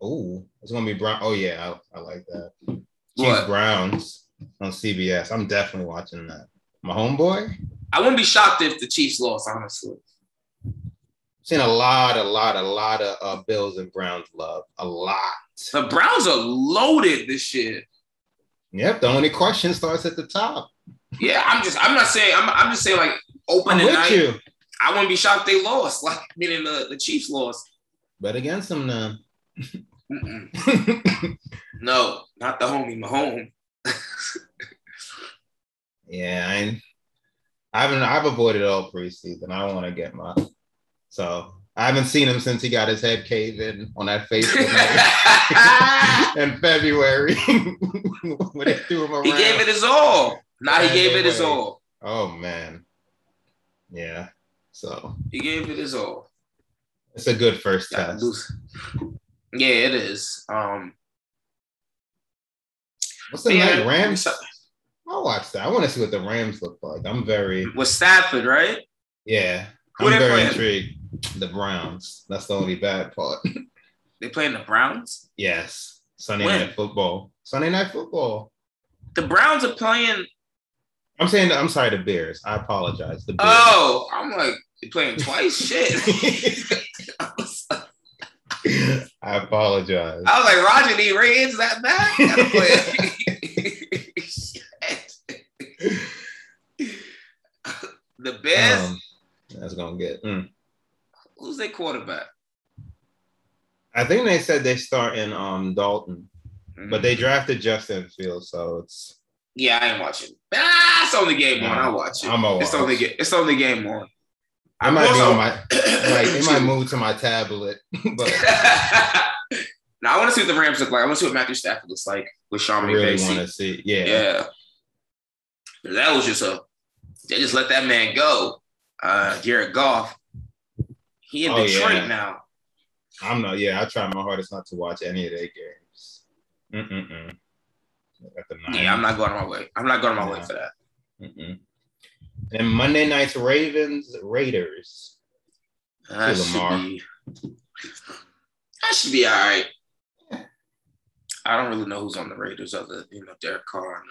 Oh, it's gonna be Brown. Oh yeah, I, I like that. Chiefs
What?
Browns on CBS. I'm definitely watching that. My homeboy.
I wouldn't be shocked if the Chiefs lost, honestly.
Seen a lot, a lot, a lot of uh, Bills and Browns love. A lot.
The Browns are loaded this year.
Yep. The only question starts at the top.
Yeah, I'm just, I'm not saying, I'm, I'm just saying, like, open
I'm
the
with
night.
you,
I wouldn't be shocked they lost, (laughs) like, meaning the, the Chiefs lost.
but against them now. (laughs)
Mm-mm. No, not the homie
(laughs)
Mahomes. (laughs)
yeah, I, ain't- I haven't. I've avoided all preseason. I want to get my. So I haven't seen him since he got his head caved in on that Facebook
(laughs)
night in February (laughs) when they threw him around.
He gave it his all. Now he gave it his all.
Oh man, yeah. So
He gave it his all.
it's a good first
Got
test.
loose. Yeah, it is. Um,
What's the
yeah,
night Rams? I'll watch that. I want to see what the Rams look like. I'm very
With Stafford, right?
yeah.
Who
I'm
they
very
playing?
intrigued. The Browns. That's the only bad part.
They playing the Browns.
yes. Sunday
When?
night football. Sunday night football.
The Browns are playing.
I'm saying I'm sorry, the Bears. I apologize. The Bears.
Oh, I'm like they playing twice. Shit. I was like,
(laughs) I apologize.
Oh, Roger D. Ray is that back? Gotta
(laughs)
play. Shit. (laughs) the Bears.
Um, that's gonna get. mm.
Who's their quarterback?
I think they said they start in um Dalton, but
Mm-hmm.
they drafted Justin Fields, so it's
Mm. Yeah, I ain't watching. Ah, it's only game one. I watch it.
I'ma
It's only
watch.
game. It's only game one.
I might be
Also-
on my like it
(laughs)
might move to my tablet, (laughs) but
now I want to see what the Rams look like. I want to see what Matthew Stafford looks like with Sean
I really
McVay.
want to see. Yeah.
yeah. that was just a. They just let that man go. Uh, Jared Goff. He in
Oh,
Detroit
yeah.
now.
I'm not. Yeah, I try my hardest not to watch any of their games. Mm-mm-mm. At the nine.
Yeah, I'm not going my way. I'm not going my way
Yeah.
for that.
Mm-mm. And Monday night's Ravens Raiders.
That should
Lamar.
be. That should be all right. I don't really know who's on the Raiders other than you know Derek Carr. and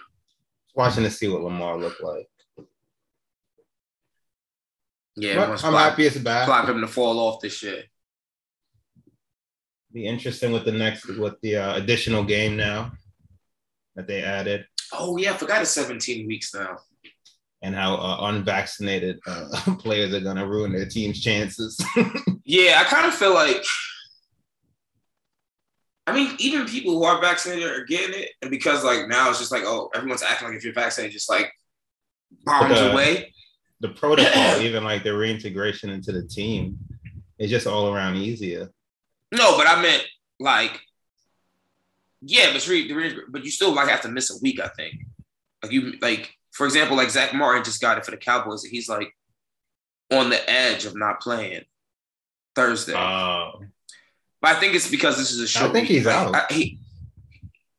Watching to see what Lamar looked like.
Yeah,
But
once
I'm
Klopp,
happy it's back.
Klopp him to fall off this year.
Be interesting with the next with the uh, additional game now that they added
Oh yeah, I forgot it's 17 weeks now.
and how uh, unvaccinated uh, (laughs) players are gonna ruin their team's chances. (laughs)
Yeah, I kind of feel like I mean, even people who are vaccinated are getting it. And because like now it's just like, oh, everyone's acting like if you're vaccinated, just like bombs
But, uh,
away.
the protocol, even like the reintegration into the team, is just all around easier.
No, but I meant like yeah, but it's re- the re- but you still like have to miss a week, I think. Like you like, for example, like Zach Martin just got it for the Cowboys, and he's like on the edge of not playing Thursday.
Oh,
But I think it's because this is a short.
think
week.
he's out.
I- he-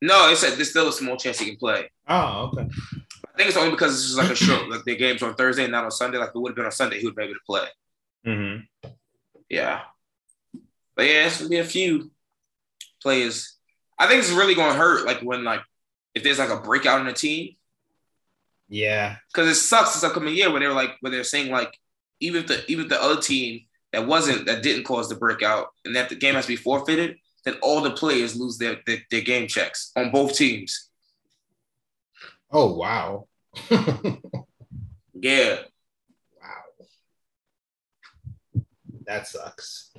no, it's like there's still a small chance he can play.
oh, okay.
I think it's only because this is like a
(clears throat)
short. Like their game's on Thursday and not on Sunday. Like if it would have been on Sunday, he would have been able to play. Mm-hmm.
hmm
Yeah. But yeah, it's gonna be a few players. I think it's really gonna hurt. Like when like if there's like a breakout in the team,
Yeah,
because it sucks this upcoming year when they're like when they're saying like even if the even if the other team that wasn't that didn't cause the breakout and that the game has to be forfeited, then all the players lose their their, their game checks on both teams.
Oh wow. (laughs)
Yeah,
that sucks.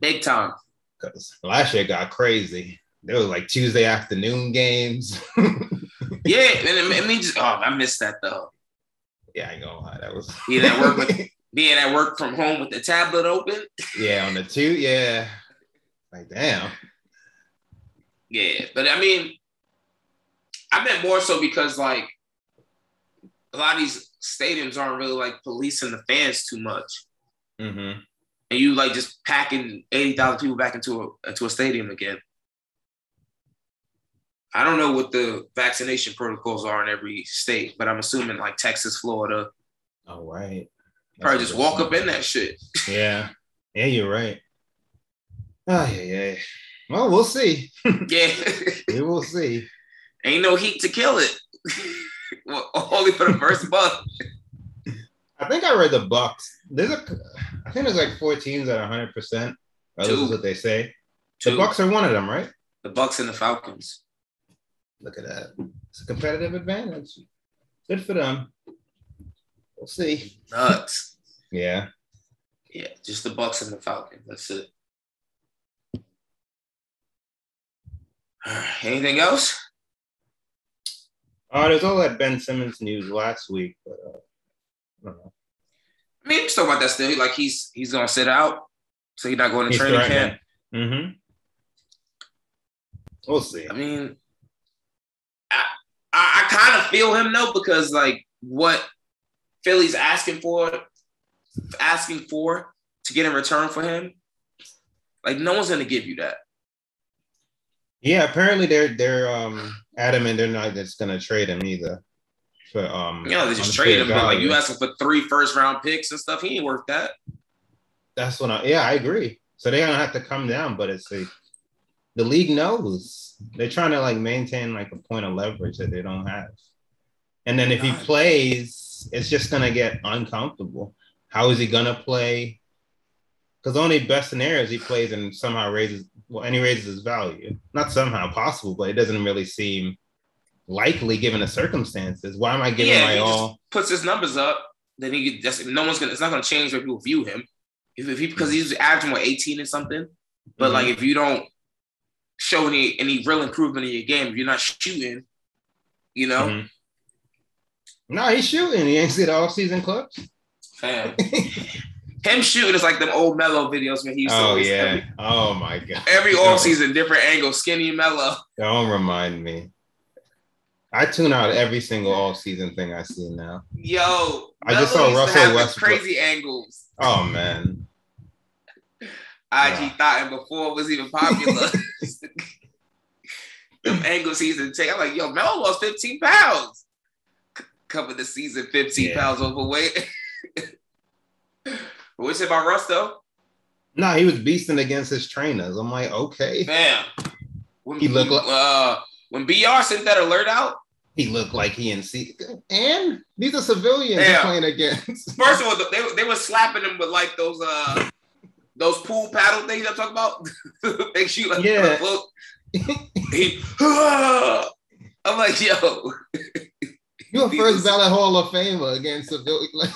big time.
Because last year got crazy. There was like Tuesday afternoon games. (laughs)
Yeah, and it, it means oh I miss that though.
yeah, I ain't gonna lie. That was
Being at work with being at work from home with the tablet open.
(laughs) yeah, on the two, yeah. Like damn.
Yeah, but I mean, I meant more so because like a lot of these stadiums aren't really like policing the fans too much,
Mm-hmm.
and you like just packing eighty thousand people back into a into a stadium again. I don't know what the vaccination protocols are in every state, but I'm assuming like Texas, Florida,
All right.
probably just walk up in that shit.
Yeah. Yeah, you're right. Oh yeah, yeah. Well, we'll see.
Yeah, (laughs)
We will see.
ain't no heat to kill it. (laughs) well, only for the first month.
I think I read the Bucks. There's a, I think there's like four teams at 100. percent At least
Two.
is what they say.
Two.
The Bucks are one of them, right?
the Bucks and the Falcons.
Look at that. It's a competitive advantage. Good for them. We'll see.
Nuts.
Yeah.
Yeah, just the Bucks and the Falcons. That's it. (sighs) Anything else?
Oh, there's all that Ben Simmons news last week, but uh, I don't know.
I mean, I'm still about that still. Like he's he's gonna sit out. So you're not going to
He's
training
threatening.
camp.
Mm-hmm. We'll see.
I mean, I, I, I kind of feel him though because like what Philly's asking for, asking for to get in return for him, like no one's gonna give you that.
Yeah, apparently they're they're um adamant they're not just gonna trade him either. For um
You know, they just
on
trade
fair
him, but like
value.
you asking for three first round picks and stuff, he ain't worth that.
That's when I yeah, I agree. So they're gonna have to come down, but it's like the league knows they're trying to like maintain like a point of leverage that they don't have. And then if he plays, it's just gonna get uncomfortable. How is he gonna play? Because only best scenario is he plays and somehow raises well, and he raises his value. Not somehow possible, but it doesn't really seem likely given the circumstances. Why am I giving
yeah,
my
he
all?
just puts his numbers up, then he could- that's no one's gonna. It's not gonna change where people view him. If, if he because he's averaging what 18 or something, but
Mhm.
like if you don't show any any real improvement in your game, if you're not shooting, you know,
Mhm. No, he's shooting. He ain't see the offseason clips. (laughs) Mm-hmm.
fam. him shooting is like them old Mello videos when he used to
Oh
always-
yeah. Oh my god.
every, every
Don't-
offseason different angle, skinny Mello.
Don't remind me. I tune out every single offseason thing I see now.
Yo,
I just
Melo used
saw
to
Russell
have the
Westbrook.
crazy angles.
Oh man.
IG
Yeah.
thought and before it was even
(laughs)
popular. Them angles he used to take. I'm like, yo, Melo lost 15 pounds. C- covered the season 15
Yeah.
pounds overweight. (laughs) But What's it about Russ though?
No, he was beasting against his trainers. I'm like, okay.
Bam. When,
He look like-
uh, when BR sent that alert out,
He looked like he and see and these are civilians he's
Yeah.
playing against.
first of all, they, they were slapping him with like those uh those pool paddle things I'm talking about. (laughs) they shoot like
Yeah.
well, he, (sighs) I'm like, yo,
(laughs) You're a
these
first
are-
ballot Hall of Famer against civilians. Like,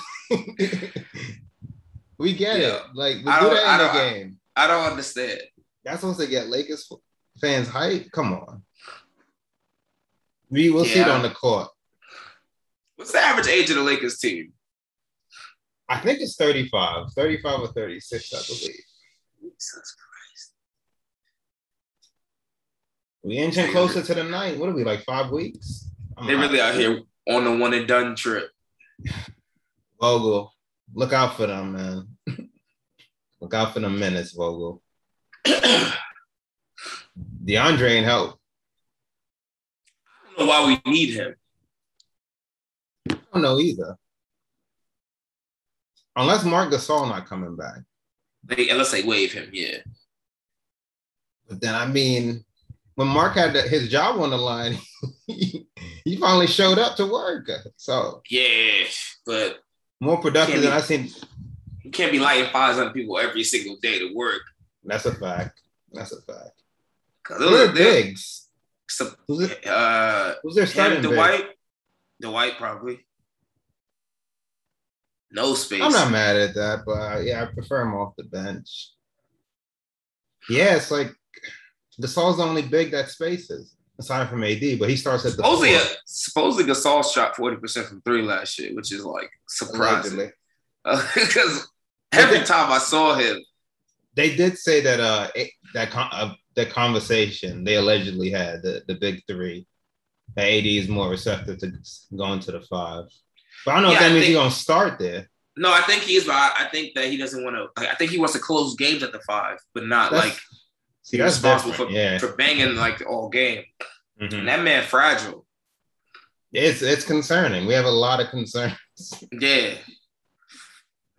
(laughs) we get it.
Yeah.
Like we do
I don't- I
that
don't-
in
I-
the game.
I don't understand.
That's supposed to get Lakers fans hype. Come on. We will see it
Yeah.
on the court.
What's the average age of the Lakers team?
I think it's 35, 35 or 36, I believe. We inching closer to the night. What are we like five weeks? I'm
They
like,
really out here on the one and done trip. (clears throat)
Vogel. Look out for them, man. (laughs) look out for the minutes, Vogel.
I
DeAndre ain't help.
don't know why we need him.
I don't know either. Unless Mark Gasol not coming back.
They, unless they waive him, yeah.
But then I mean, when Mark had the, his job on the line, (laughs) he, finally showed up to work. So
Yeah, but
more productive
Can't
than
be-
I seen.
you can't be lighting fires on people every single day to work.
That's a fact. That's a fact.
'Cause
Who are
those are-
the
they're-
bigs?
some-
Who's it?
Uh,
Who's their
Him,
starting big?
Dwight, Dwight probably. No space.
I'm not mad at that, but uh, yeah, I prefer him off the bench. Yeah, it's like Gasol's the only big that spaces aside from AD, but he starts at the
supposedly,
four,
uh, supposedly Gasol shot forty percent from three last year, which is like surprising
allegedly.
(laughs) because
But
every
that-
time I saw him,
They did say that uh it- that con- uh, that conversation they allegedly had the the big three. That AD is more receptive to going to the five, but I don't know if
Yeah,
that
I
means he's
think-
gonna start there.
no, I think he's. I, I think that he doesn't want to. Like, I think he wants to close games at the five, but not
That's-
like
See,
be
that's
responsible
different.
for,
yeah,
for banging like all game.
Mhm.
And that man fragile.
it's it's concerning. We have a lot of concerns.
Yeah,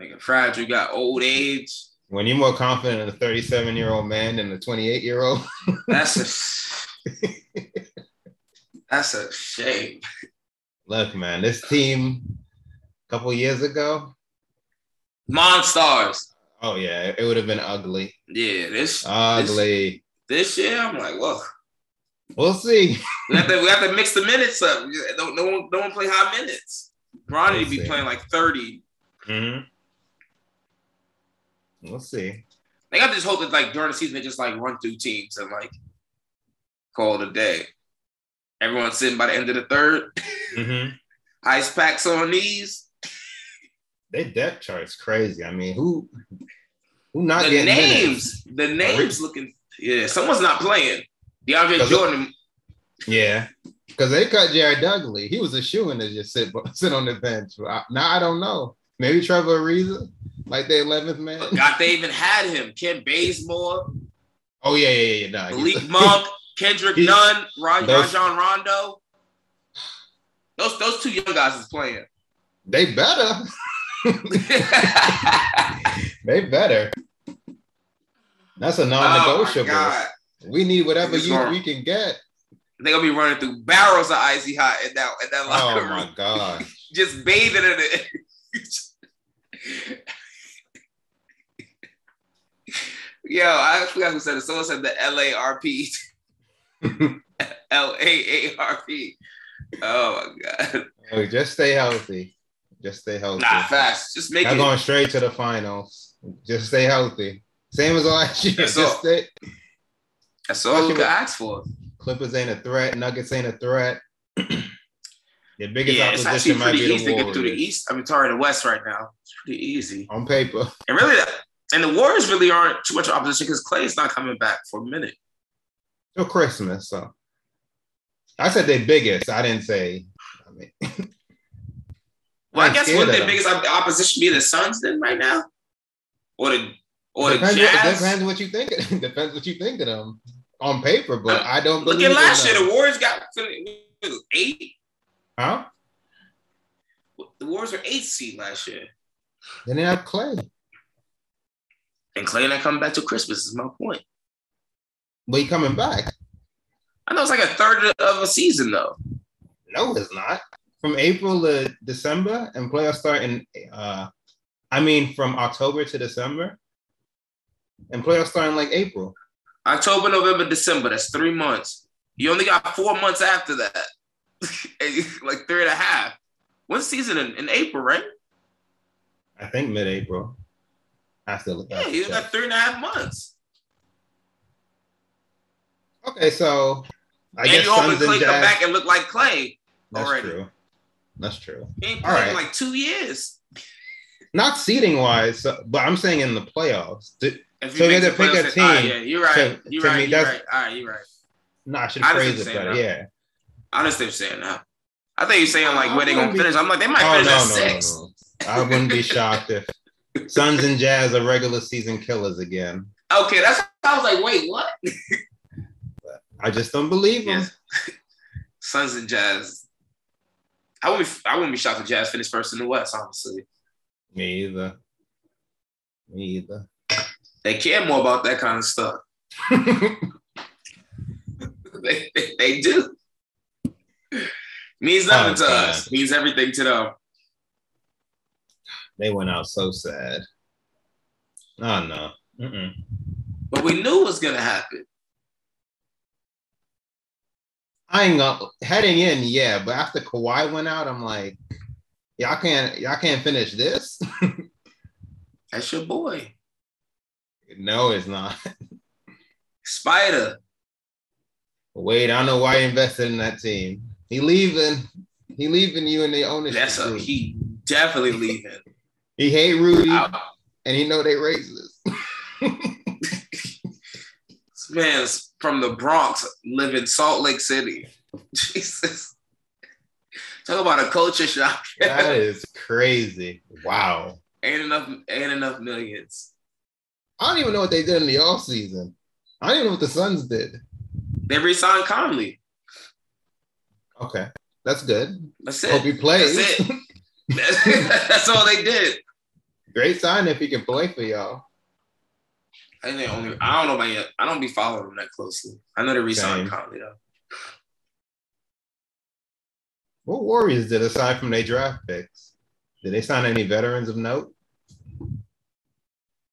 nigga fragile. Got old age.
When you're more confident in a 37 year old man than a 28 year old,
That's a that's a shame.
(laughs) look, man, this team a couple years ago,
Monstars.
oh yeah, it would have been ugly,
Yeah, this
ugly.
this year I'm like, whoa.
We'll see.
We have to we have to mix the minutes up. Don't no one no one play high minutes. Bronny
Let's
be
see.
playing like 30. Mm-hmm.
We'll see.
They got this hope that like during the season they just like run through teams and like call it a day. Everyone's sitting by the end of the third. Mm-hmm. Ice packs on these.
Their depth chart's crazy. I mean, who Who not
the
getting
names, the names looking. Yeah, someone's not playing. DeAndre
Does it- (laughs)
Jordan.
minutes? Yeah, because they cut Jared Dudley. He was a shoe in to just sit (laughs) sit on the bench. I- Now I don't know. Maybe Trevor Ariza, like the eleventh man.
God, they even had him. Ken Bazemore,
Oh yeah, yeah, yeah. yeah, Nah,
Malik Monk, Kendrick
(laughs) He's-
Nunn, Ron,
those-
Rajon Rondo. Those those two young guys is playing. (laughs)
they better. Oh, They better. That's a
Oh, my
non-negotiable.
God.
we need whatever
It's
you
wrong.
we can
(laughs)
get.
They're gonna be running through barrels of icy hot in that in that locker
Oh
room.
my god.
Just bathing in it. (laughs) Yo, I forgot who said it. Someone said the
(laughs)
LARP. LAARP. Oh my god.
Hey, just stay healthy. Just stay healthy.
Nah, fast. Just make
I'm
it.
going straight to the finals. Just stay healthy. Same as last year.
That's all.
Just stay.
That's all you can ask for.
Clippers ain't a threat. Nuggets ain't a threat. (clears throat) Your biggest
Yeah, it's actually
opposition might
pretty
be
easy
the
to get through the E
Warriors.
East. I mean, sorry, the West right now. It's pretty easy.
On paper,
And really, and the Warriors really aren't too much opposition because Clay's not coming back for a minute.
till Christmas. So I said they biggest. I didn't say. I mean, (laughs)
Well, I
I'm
guess
scared
would
of
the
them.
biggest op- opposition be the Suns then right now, or the or the
depends, it
Jazz?
depends what you think. (laughs) It depends what you think of them on paper, but I don't
Look at
believe in
last year,
them.
the Warriors got eight.
Huh?
The Warriors were eight seed last year,
They didn't have Clay.
and Clay not coming back till Christmas is my point.
But he coming back.
I know it's like a third of a season though.
No, it's not. From April to December, and playoffs start in, uh, I mean, from October to December, and playoffs start in like April.
October, November, December. That's three months. You only got four months after that, (laughs) like three and a half. One season in, in April, right?
I think mid April. After
Yeah, you got three and a half months.
okay, so I
and
guess
you hoping
Suns
Clay
and
come
Jazz.
back and look like Clay.
That's
already.
true. That's true.
He ain't
All
played in
right.
like two years.
Not seating wise, so, but I'm saying in the playoffs. Did,
If
So you
make
had
the
to pick a
playoffs, then- all right,
team
yeah, you're right.
to-
you're
to
right.
me,
you're
that's-
right. All right, you're right.
no, I should
I
phrase
didn't
it
say
better.
that.
Yeah.
I understand what you're saying now. I thought you were saying like
I
where they gonna
wouldn't be-
finish. I'm like they might
Oh
finish at
no, no, no,
six.
no! I wouldn't be shocked if Suns and Jazz are regular season killers again.
Okay, that's I was like, wait, what?
I just don't believe them.
Yes. Suns and Jazz. I wouldn't. be- I wouldn't be shocked if Jazz finished first in the West. Honestly,
Me either. Me either.
they care more about that kind of stuff. (laughs) they, they, they do. Means nothing
Oh,
to
God.
us. Means everything to them.
(laughs) they went out so sad. Oh no. Mm-mm.
But we knew it was gonna happen.
I ain't gonna heading in, yeah, but after Kawhi went out, I'm like, y'all can't y'all can't finish this. (laughs)
That's your boy,
no, it's not.
Spider.
Wait, I don't know why he invested in that team. He leaving. He leaving you in the ownership.
That's a
group.
he. Definitely
(laughs)
leaving.
He hate Rudy,
I-
and he know they racist. (laughs)
This man's from the Bronx, live in Salt Lake City. (laughs) Jesus. Talk about a culture shock.
that is crazy. Wow.
(laughs) ain't enough, ain't enough millions.
I don't even know what they did in the offseason. I don't even know what the Suns did.
They re-signed Conley.
Okay. That's good.
That's
Hope he
it.
plays.
That's it. That's, (laughs) that's all they did.
(laughs) Great sign if he can play for y'all.
I think they only I don't know about yet. I don't be following them that closely. I know they re-signed
Same.
Conley though.
What Warriors did aside from their draft picks? Did they sign any veterans of note?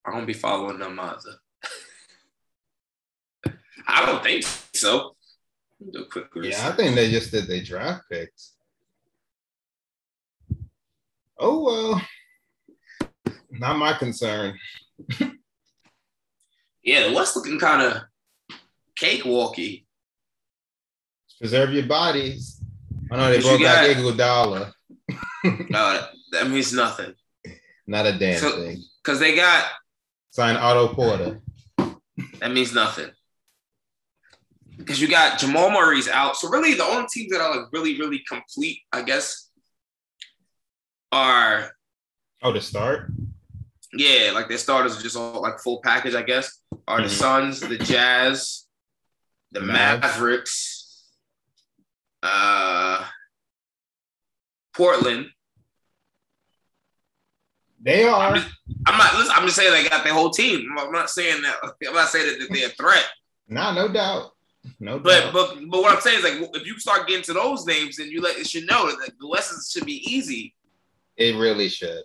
I don't be following them either. (laughs) I don't think so. Let me Do a quick
Yeah, I
research.
think they just did their draft picks. Oh well. Not my concern.
Yeah, the West looking kind of cakewalky.
Preserve your bodies. I know they
But you
broke back
got-
Iguodala.
Uh, that means nothing
Not a damn
So-
thing.
because they got
Sign Otto Porter.
That means nothing. Because you got Jamal Murray's out. So really the only teams that are like really, really complete, I guess, are
Oh, to start?
yeah, like their starters are just all like full package, I guess, are the
Mhm.
Suns, the Jazz, the
Mavs.
Mavericks, uh Portland.
They are.
I'm not listen, I'm just saying they got their whole team. I'm not saying that I'm not saying that they're a threat.
Nah, no doubt. No
But
doubt.
but but what I'm saying is like if you start getting to those names, then you let it should know that like, the lessons should be easy.
it really should.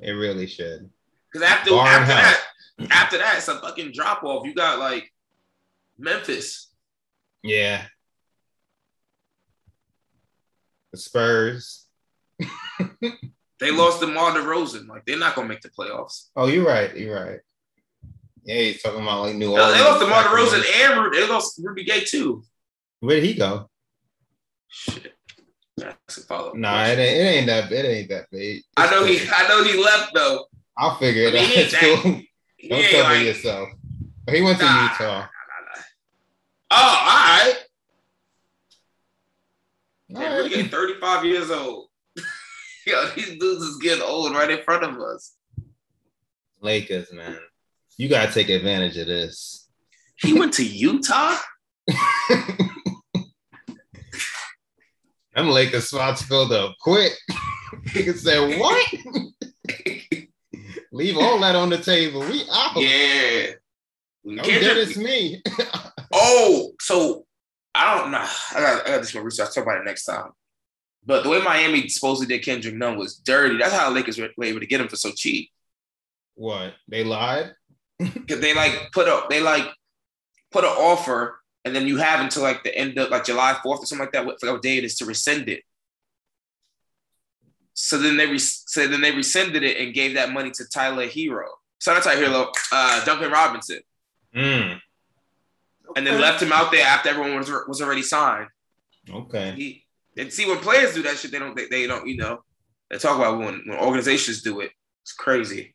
It really should.
Because after
Barn
after
house.
that, after that, it's a fucking drop off. You got like Memphis.
Yeah. The Spurs.
They
Hmm.
lost DeMar DeRozan. Like they're not gonna make the playoffs.
Oh, you're right. You're right. Yeah, he's talking about like New
They
Orleans.
lost DeMar DeRozan
Sacramento.
and Ru- they lost Rudy Gay too.
Where'd he go?
Shit. That's a follow.
Nah, it ain't, it ain't that. It ain't that big.
I know he I know he left though.
I'll figure it
I
out.
mean, he ain't
It's cool.
He
(laughs) Don't
ain't,
cover
like-
yourself. He went to
Nah.
Utah.
oh, all right. Yeah,
All
Rudy Gay,
right.
35 years old. (laughs) Yo, these dudes is getting old right in front of
(laughs)
us.
Lakers, man. You gotta take advantage of this.
He went to Utah.
(laughs) Them Lakers spots filled up quick. (laughs) Nigga said, What? (laughs) Leave all that on the table. We out.
Yeah. We
No,
Kendrick-
Oh. Dennis, me. (laughs)
Oh, so I don't know. I got, I got this one research. I'll talk about it next time. But the way Miami supposedly did Kendrick Nunn was dirty. That's how the Lakers were, were able to get him for so cheap.
What? They lied?
Because they like put up, they like put an offer, and then you have until like the end of like July fourth or something like that. What forgot what day it is to rescind it. So then they res- so then they rescinded it and gave that money to Tyler Hero. So not Tyler Hero, uh, Duncan Robinson,
Mm.
and then left him out there after everyone was was already signed.
Okay.
He, and see when players do that shit, they don't they, they don't you know they talk about when when organizations do it. It's crazy.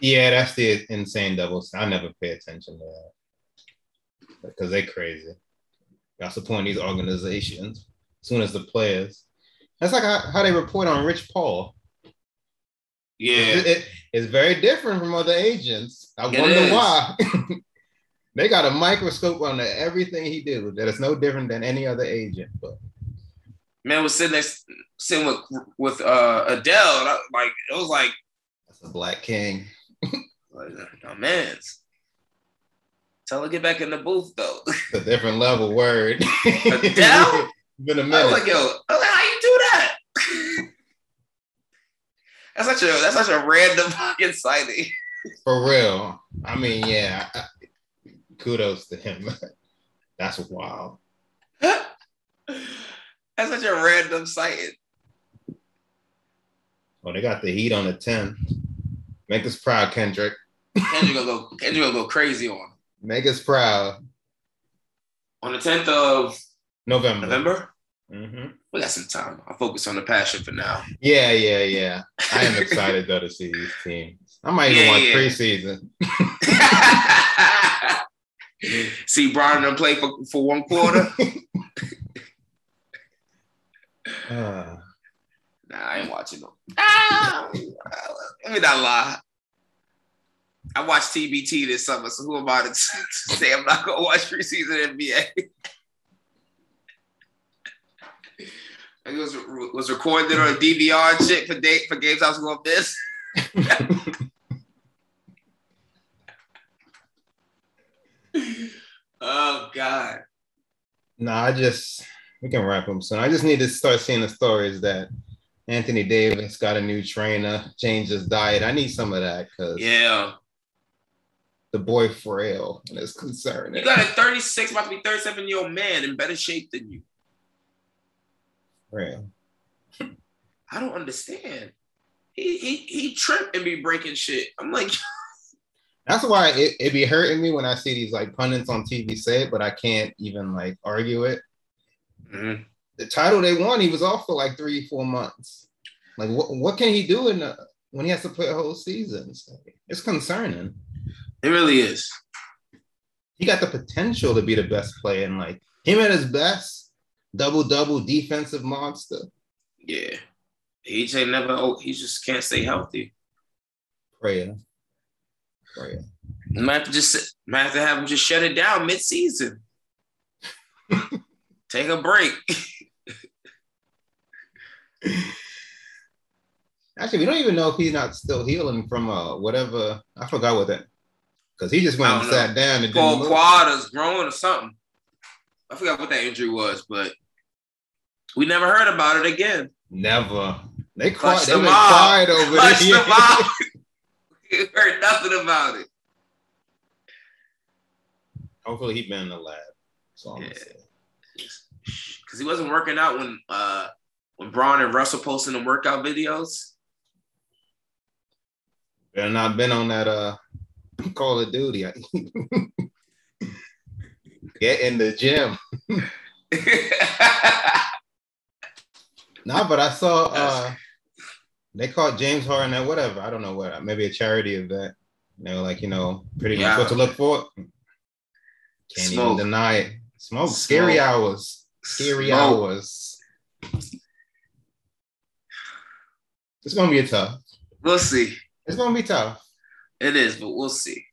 Yeah, that's the insane doubles. I never pay attention to that because they crazy. That's the point. of These organizations, as soon as the players, that's like how, how they report on Rich Paul. It- it- it's very different from other agents. I
It
wonder
is.
why. (laughs) they got a microscope on everything he did. That is no different than any other agent. But
man was sitting there sitting with with uh, Adele. And I, like it was like,
that's a black king.
like oh, man, tell her to get back in the booth though. (laughs)
It's a different level word. (laughs)
Adele?
Been a
I was
minute.
like, yo, I was like, how you do that? (laughs) that's such a that's such a random fucking sighting. (laughs)
For real. I mean, yeah. I- I- kudos to him. (laughs) That's wild.
that's such a random sighting.
Oh, they got the heat on the 10. Make us proud, Kendrick.
Kendrick gonna go Kendrick gonna go crazy on
Make us proud.
on the tenth of
November.
November.
Mhm.
We got some time. I'll focus on the passion for now.
Yeah, yeah, yeah. I am excited though to see these teams. I might even
Yeah,
want
yeah.
preseason.
(laughs) See Brian done play for, for one quarter.
Uh,
nah, I ain't watching them. Ah, let me not lie. I watched TBT this summer, so who am I to (laughs) say I'm not gonna watch preseason NBA? (laughs) It was was recorded on a DVR and shit for date for games I was gonna miss. (laughs) oh God.
no, I just we can wrap them soon. I just need to start seeing the stories that Anthony Davis got a new trainer, changed his diet. I need some of that because
Yeah.
the boy frail and it's
You
concerning.
got a 36, about to be 37 year old man in better shape than you.
frail.
I don't understand. He he he trip and be breaking shit. I'm like, (laughs)
That's why it, it be hurting me when I see these like pundits on TV say it, but I can't even like argue it. Mm-hmm. The title they won, he was off for like three, four months. Like what what can he do in a, when he has to play a whole season. So it's concerning.
It really is.
He got the potential to be the best player in like him at his best, double double defensive monster.
Yeah. EJ never. Oh, he just can't stay healthy.
Prayer. Prayer.
Might have to just might have to have him just shut it down mid
(laughs)
season. Take a break.
(sighs)
(laughs)
Actually, we don't even know if he's not still healing from uh whatever I forgot what that because he just went
I
and
don't
sat down and didn't
Paul
move.
quad is growing or something. I forgot what that injury was, but we never heard about it
(laughs)
again. (laughs)
Never. They
Clutch
quiet. They
the
been
mob.
quiet over
Clutch
there.
the vibe. we heard nothing about it.
(laughs) Hopefully, he been in the lab. That's all I'm
Yeah.
saying.
Cause he wasn't working out when uh when Braun and Russell posting the workout videos. (laughs)
Better not been on that uh (laughs) Call of Duty. (laughs) Get in the gym. Nah, but I saw uh they called James Harden at whatever. I don't know what maybe a charity event. And they were like, you know, pretty
Yeah.
much what to look for. Can't
Smoke.
even deny it. Smoke. Scary
Smoke.
hours. Scary
Smoke.
hours. It's gonna be tough.
We'll see.
It's gonna be tough.
It is, but we'll see.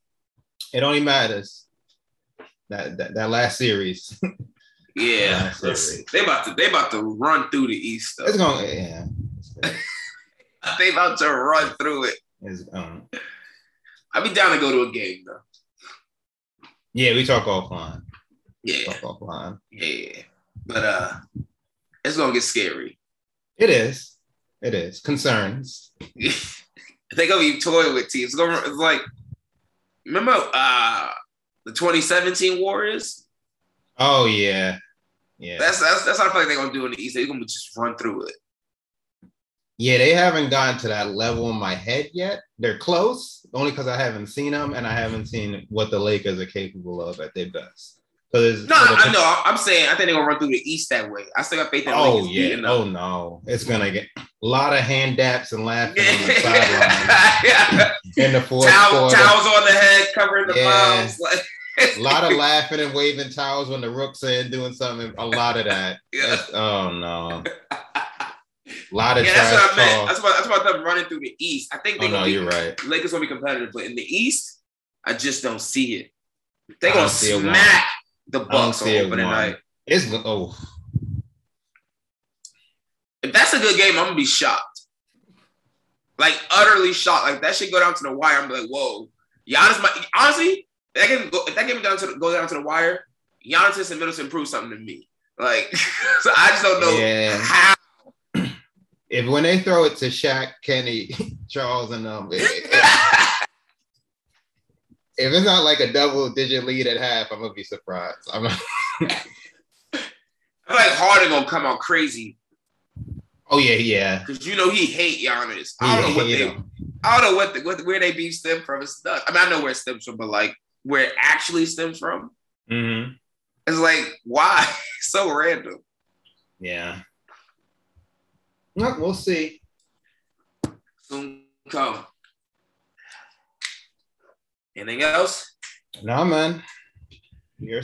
It only matters. That that, that last series. (laughs)
Yeah,
That's
let's see.
it.
they about to they about to run through the East. Though.
it's gonna yeah.
(laughs) They about to run through it.
It's, um,
I'd be down to go to a game though.
yeah, we talk offline.
Yeah,
Talk offline.
yeah. But uh, it's gonna get scary. (laughs)
It is. It is. Concerns.
they gonna be toying with teams. It's gonna it's like remember uh the 2017 Warriors.
Oh yeah. Yeah.
That's that's that's how I feel like they're gonna do in the East. They're gonna just run through it.
Yeah, they haven't gotten to that level in my head yet. They're close, only because I haven't seen them and I haven't seen what the Lakers are capable of at their best. Because
No, I know. I'm saying I think they're gonna run through the East that way. I still got faith in
Oh
Lakers
yeah.
beating (laughs) them.
Oh no, it's gonna get a lot of hand daps and laughing
(laughs)
on the sideline
Yeah.
in the fourth
Towel,
quarter.
towels on the head, covering the
Yeah.
moms. Like,
A lot
(laughs)
of laughing and waving towels when the rooks are in doing something. A lot of that.
(laughs) yeah,
That's- Oh no. A lot of
(laughs) yeah that's
trash
what I meant.
talk.
That's about that's about them running through the East. I think they
Oh no,
gonna be,
you're right.
Lakers gonna be competitive, but in the East, I just don't see it.
I
They
don't
gonna
see a
smack the
I don't
Bucks on
see it.
opening night.
one. It's oh
If that's a good game, I'm gonna be shocked. Like utterly shocked. Like that should go down to the wire. I'm like, whoa. Giannis might honestly, if that game go, if that game down to the, go down to the wire, Giannis and Middleton prove something to me. Like, (laughs) so I just don't know
yeah.
how. (laughs)
if when they throw it to Shaq, Kenny, (laughs) Charles, and um, if it's not like a double digit lead at half, I'm gonna be surprised. I'm
I feel like Harden gonna come out crazy
(laughs) oh yeah, yeah.
because you know he hate Giannis. I don't know what
Yeah,
they,
you know.
I don't know what, the, what where they beef stem from. It's nuts. I mean, I know where it stems from, but like where it actually stems from, Mm-hmm.
Mhm.
it's like why (laughs) so random.
Yeah. Well, we'll see.
Soon come. Anything else?
Nah, man. You're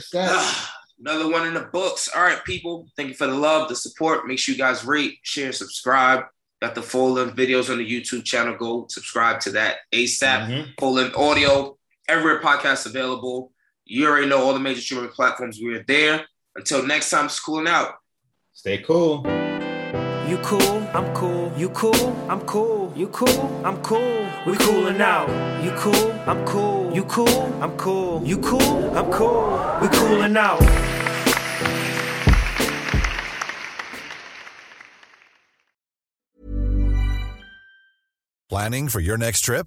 (sighs)
set.
Another one in the books. All right, people. Thank you for the love, the support. Make sure you guys rate, share, subscribe. Got the full length videos on the YouTube channel. Go subscribe to that ASAP.
Mhm.
Full length audio, everywhere podcasts available. You already know all the major streaming platforms. We are there. Until next time, it's cooling out.
Stay cool.
You cool, I'm cool. You cool, I'm cool. You cool, I'm cool. We coolin' out. You cool, I'm cool. You cool, I'm cool. You cool, I'm cool. We coolin' out.
Planning for your next trip?